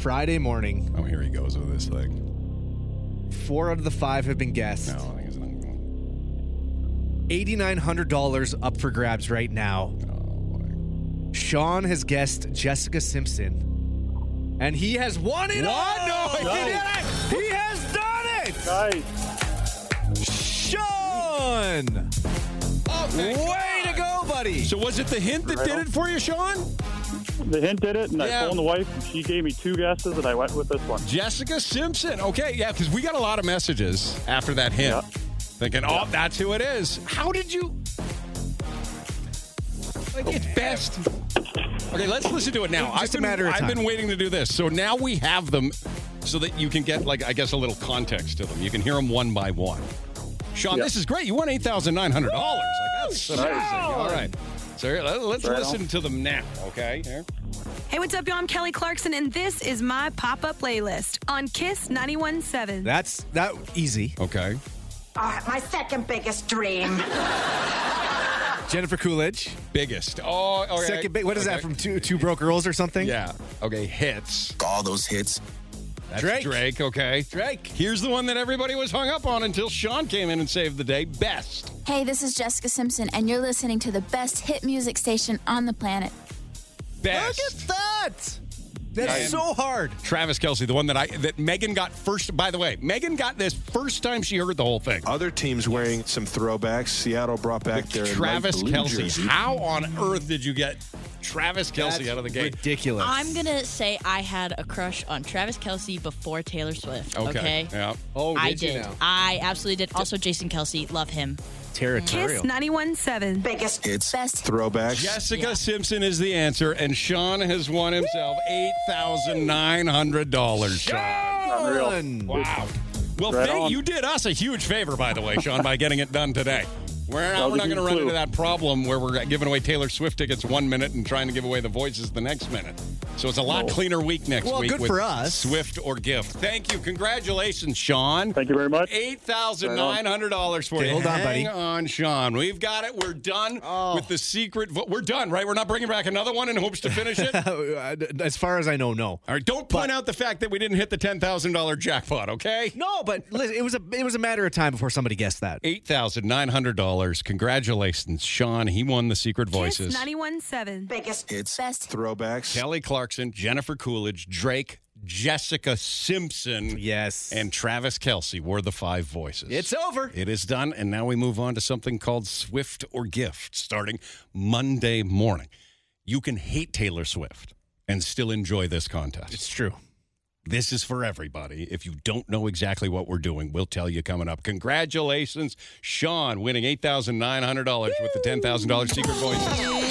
Friday morning, Oh, here he goes with this thing. four out of the five have been guessed. No, I think it's not. going. $8,900 up for grabs right now. Oh boy. Sean has guessed Jessica Simpson. And he has won it all! What? No, he did it! He has done it! Nice. Sean! Okay. Way to go, buddy! So was it the hint that did it for you, Sean? The hint did it, and Yeah. I phoned the wife, and she gave me two guesses, and I went with this one. Jessica Simpson. Okay, yeah, because we got a lot of messages after that hint, Yeah. thinking, "Oh, that's who it is." How did you? Like it's best. Okay, let's listen to it now. Oh, Just I've a been, matter of I've been time. waiting to do this, so now we have them, so that you can get like I guess a little context to them. You can hear them one by one. Sean, Yeah. this is great. You won eight thousand nine hundred dollars. Like that's amazing. All right, so here, let- let's Right on. listen to them now. Okay. Here. Hey, what's up, y'all? I'm Kelly Clarkson, and this is my pop up playlist on Kiss 917. That's that easy. Okay. my second biggest dream. Jennifer Coolidge. Biggest. Oh, okay. Second big. What is that Okay. from two two broke girls or something? Yeah. Okay. Hits. All those hits. That's Drake. Drake. Okay. Drake. Here's the one that everybody was hung up on until Sean came in and saved the day. Best. Hey, this is Jessica Simpson, and you're listening to the best hit music station on the planet. Best. Look at that. That's Yeah. so hard. Travis Kelsey, the one that I that Megan got first. By the way, Megan got this first time she heard the whole thing. Other teams wearing some throwbacks. Seattle brought back their light Travis blue Kelsey. jersey. How on earth did you get Travis Kelsey That's out of the gate? Ridiculous. I'm gonna say I had a crush on Travis Kelsey before Taylor Swift. Okay. Yeah. Oh, I did you did. now? I absolutely did. Also, Jason Kelsey, love him. Kiss territorial. 917. Biggest hits. Best Throwbacks. Jessica Simpson is the answer, and Sean has won himself eight thousand nine hundred dollars. Unreal. Sean! Wow. Well, Right thank, on. you did us a huge favor, by the way, Sean, by getting it done today. We're, Well, we're not give going to you a run clue. into that problem where we're giving away Taylor Swift tickets one minute and trying to give away the voices the next minute. So it's a lot cleaner week next Well, week. good with for us. Swift or gift. Thank you. Congratulations, Sean. Thank you very much. Eight thousand nine hundred dollars for Okay, you. hold on, Hang buddy. Oh. on, Sean. We've got it. We're done with the secret. Vo- we're done, right? We're not bringing back another one in hopes to finish it. All As far as I know, no. right. Don't point out the fact that we didn't hit the ten thousand dollar jackpot. Okay. No, but listen, it was a it was a matter of time before somebody guessed that. $8,900. Congratulations, Sean. He won the Secret Kiss Voices. 917. Biggest hits. best Throwbacks. Kelly Clarkson, Jennifer Coolidge, Drake, Jessica Simpson, Yes. and Travis Kelsey were the five voices. it's over. It is done, and now we move on to something called Swift or Gift starting Monday morning. You can hate Taylor Swift and still enjoy this contest. It's true. This is for everybody. If you don't know exactly what we're doing, we'll tell you coming up. Congratulations, Sean, winning $8,900 with the $10,000 Secret Voices.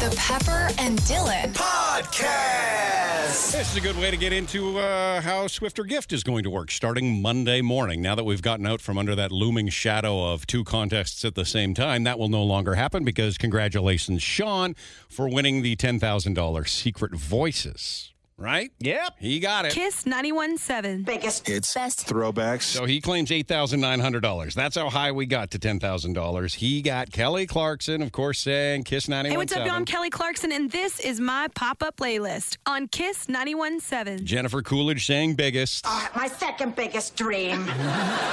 The Pepper and Dylan. Podcast. This is a good way to get into uh, how Swifter Gift is going to work starting Monday morning. Now that we've gotten out from under that looming shadow of two contests at the same time, that will no longer happen because congratulations, Sean, for winning the $10,000 Secret Voices. right? Yep. He got it. Kiss 91.7. Biggest. It's best. throwbacks. So he claims $8,900. That's how high we got to $10,000. He got Kelly Clarkson, of course, saying Kiss 91. Hey, what's up, y'all? I'm Kelly Clarkson, and this is my pop up playlist on Kiss 91.7. Jennifer Coolidge saying biggest. Uh, my second biggest dream.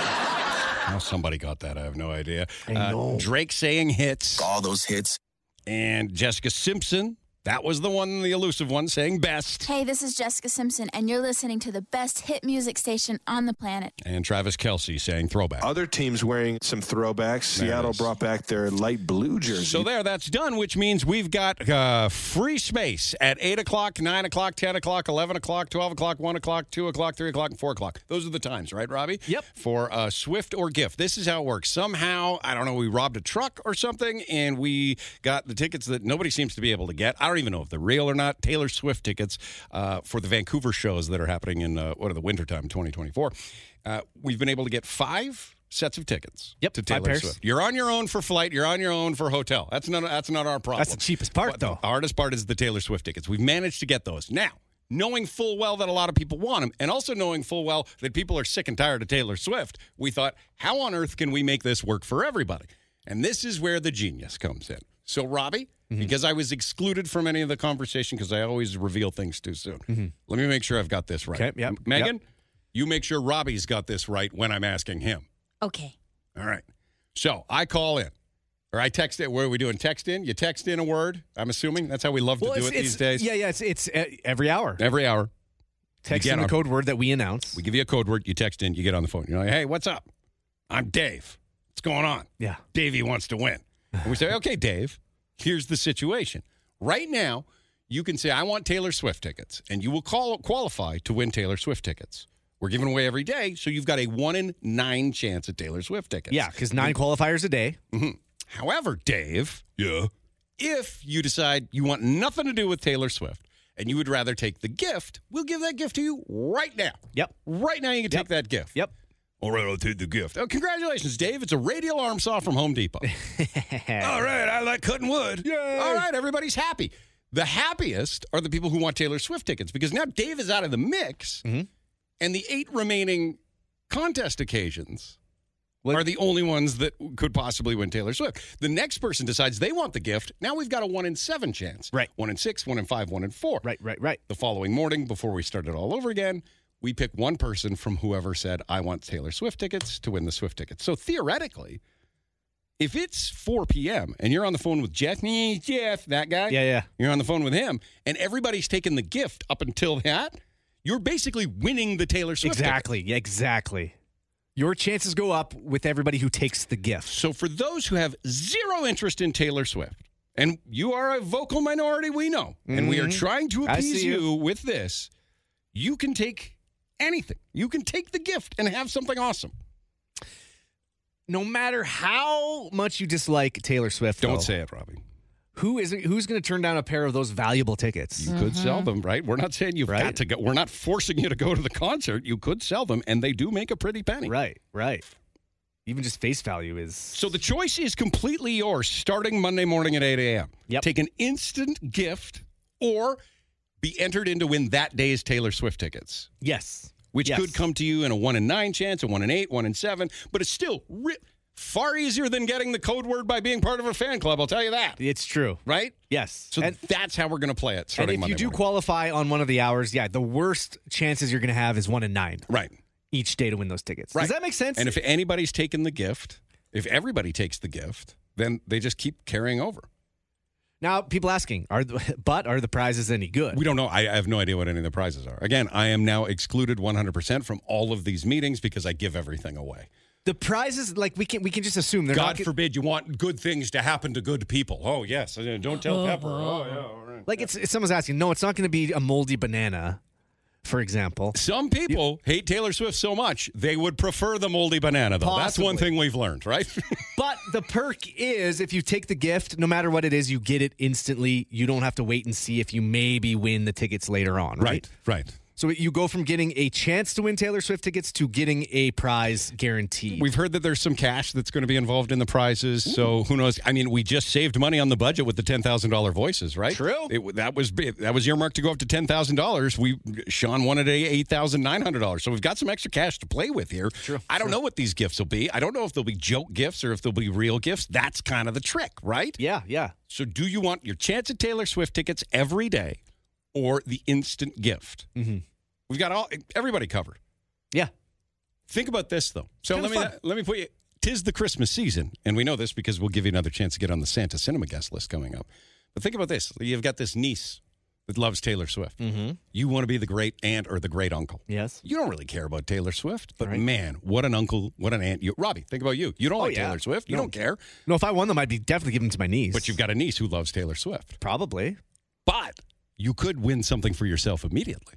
How somebody got that, I have no idea. Uh, Drake saying hits. All those hits. And Jessica Simpson, that was the one, the elusive one, saying best. Hey, this is Jessica Simpson, and you're listening to the best hit music station on the planet. And Travis Kelsey saying throwback. Other teams wearing some throwbacks. Seattle brought back their light blue jersey. So there, that's done, which means we've got uh, free space at 8 o'clock, 9 o'clock, 10 o'clock, 11 o'clock, 12 o'clock, 1 o'clock, 2 o'clock, 3 o'clock, and 4 o'clock. Those are the times, right, Robbie? Yep. For uh, Swift or Gift. This is how it works. Somehow, I don't know, we robbed a truck or something, and we got the tickets that nobody seems to be able to get. I don't even know if they're real or not. Taylor Swift tickets uh, for the Vancouver shows that are happening in, uh, what are the, wintertime 2024. Uh, we've been able to get five sets of tickets yep, to five Taylor pairs. Swift. You're on your own for flight. You're on your own for hotel. That's not that's not our problem. That's the cheapest part, But The hardest part is the Taylor Swift tickets. We've managed to get those now. Knowing full well that a lot of people want them, and also knowing full well that people are sick and tired of Taylor Swift, we thought, how on earth can we make this work for everybody? And this is where the genius comes in. So, Robbie, Mm-hmm. because I was excluded from any of the conversation because I always reveal things too soon, let me make sure I've got this right. Mm-hmm. Okay, yep, M- Megan, you make sure Robbie's got this right when I'm asking him. Okay. All right. So I call in, or I text it. What are we doing? Text in. You text in a word. I'm assuming that's how we love to do it it's, these days. Yeah, yeah. It's, it's uh, every hour. Every hour. Text You get in the on- code word that we announce. We give you a code word. You text in. You get on the phone. You're like, hey, what's up? I'm Dave. What's going on? Yeah. Davey wants to win. And we say, okay, Dave, here's the situation. Right now, you can say, I want Taylor Swift tickets, and you will call, qualify to win Taylor Swift tickets. We're giving away every day, so you've got a one in nine chance at Taylor Swift tickets. Yeah, because nine qualifiers a day. Mhm. However, Dave, yeah, if you decide you want nothing to do with Taylor Swift and you would rather take the gift, we'll give that gift to you right now. Yep. Right now, you can take that gift. Yep. All right, I'll take the gift. Oh, congratulations, Dave. It's a radial arm saw from Home Depot. All right, I like cutting wood. All right, everybody's happy. The happiest are the people who want Taylor Swift tickets because now Dave is out of the mix, and the eight remaining contest occasions are the only ones that could possibly win Taylor Swift. The next person decides they want the gift. Now we've got a one in seven chance. Right. One in six, one in five, one in four. Right, right, right. The following morning, before we start it all over again, we pick one person from whoever said, I want Taylor Swift tickets to win the Swift tickets. So theoretically, if it's 4 p.m. and you're on the phone with Jeff, eh, Jeff, that guy, yeah, yeah, you're on the phone with him, and everybody's taking the gift up until that, you're basically winning the Taylor Swift. ticket. Exactly. Yeah, exactly. Your chances go up with everybody who takes the gift. So for those who have zero interest in Taylor Swift, and you are a vocal minority, we know, and we are Mhm. trying to I appease see you. you with this, you can take anything. You can take the gift and have something awesome. No matter how much you dislike Taylor Swift, Don't though, say it, Robbie. Who isn't? Who's going to turn down a pair of those valuable tickets? You could sell them, right? We're not saying you've got to go. We're not forcing you to go to the concert. You could sell them, and they do make a pretty penny. Right, right. Even just face value is. So the choice is completely yours starting Monday morning at 8 a.m. Take an instant gift or be entered in to win that day's Taylor Swift tickets. Yes. Which could come to you in a one in nine chance, a one in eight, one in seven, but it's still ri- far easier than getting the code word by being part of a fan club. I'll tell you that. It's true. Right? Yes. So that's how we're going to play it And starting if Monday you do morning. qualify on one of the hours, yeah, the worst chances you're going to have is one in nine. Right. Each day to win those tickets. Does that make sense? And if anybody's taking the gift, if everybody takes the gift, then they just keep carrying over. now people asking, are the, but are the prizes any good? We don't know. I, I have no idea what any of the prizes are. Again, I am now excluded 100% from all of these meetings because I give everything away. The prizes, like we can we can just assume they're God not. forbid you want good things to happen to good people. Oh, yes. Uh, Don't tell Pepper. Oh, yeah. all right. Like it's, it's someone's asking, no, it's not going to be a moldy banana, for example. Some people hate Taylor Swift so much, they would prefer the moldy banana, though. That's one Possibly. thing we've learned, right? But the perk is if you take the gift, no matter what it is, you get it instantly. You don't have to wait and see if you maybe win the tickets later on. Right. Right. So you go from getting a chance to win Taylor Swift tickets to getting a prize guaranteed. We've heard that there's some cash that's going to be involved in the prizes. So who knows? I mean, we just saved money on the budget with the ten thousand dollar voices, right? True. It, that was that was earmarked to go up to ten thousand dollars. We Sean wanted a eight thousand nine hundred dollars. So we've got some extra cash to play with here. True. I don't know what these gifts will be. I don't know if they'll be joke gifts or if they'll be real gifts. That's kind of the trick, right? Yeah, yeah. So do you want your chance at Taylor Swift tickets every day, or the instant gift? Mm-hmm. We've got all everybody covered. Yeah. Think about this though. So Kinda let me uh, fun. let me put you. Tis the Christmas season, and we know this because we'll give you another chance to get on the Santa Cinema guest list coming up. But think about this: you've got this niece that loves Taylor Swift. Mm-hmm. You want to be the great aunt or the great uncle. Yes. You don't really care about Taylor Swift, but man, what an uncle, what an aunt. You, Robbie, think about you. You don't Oh, like yeah. Taylor Swift. You No. don't care. No, if I won them, I'd be definitely giving them to my niece. But you've got a niece who loves Taylor Swift. Probably. But you could win something for yourself immediately.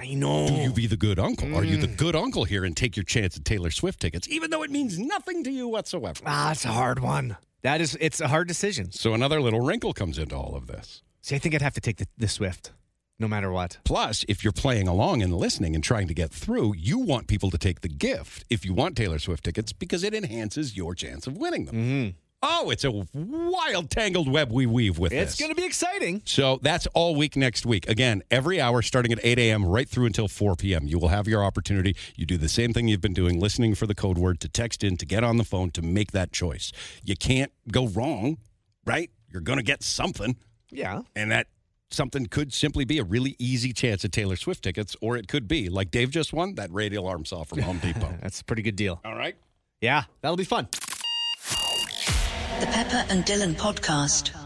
I know. Do you be the good uncle? Are you the good uncle here and take your chance at Taylor Swift tickets, even though it means nothing to you whatsoever? Ah, it's a hard one. That is, it's a hard decision. So another little wrinkle comes into all of this. See, I think I'd have to take the, the Swift, no matter what. Plus, if you're playing along and listening and trying to get through, you want people to take the gift if you want Taylor Swift tickets because it enhances your chance of winning them. Oh, it's a wild, tangled web we weave with It's this. going to be exciting. So that's all week next week. Again, every hour starting at 8 a.m. right through until 4 p.m. You will have your opportunity. You do the same thing you've been doing, listening for the code word to text in, to get on the phone, to make that choice. You can't go wrong, right? You're going to get something. Yeah. And that something could simply be a really easy chance at Taylor Swift tickets, or it could be, like Dave just won, that radial arm saw from Home Depot. That's a pretty good deal. All right. Yeah, that'll be fun. The Pepper and Dylan podcast.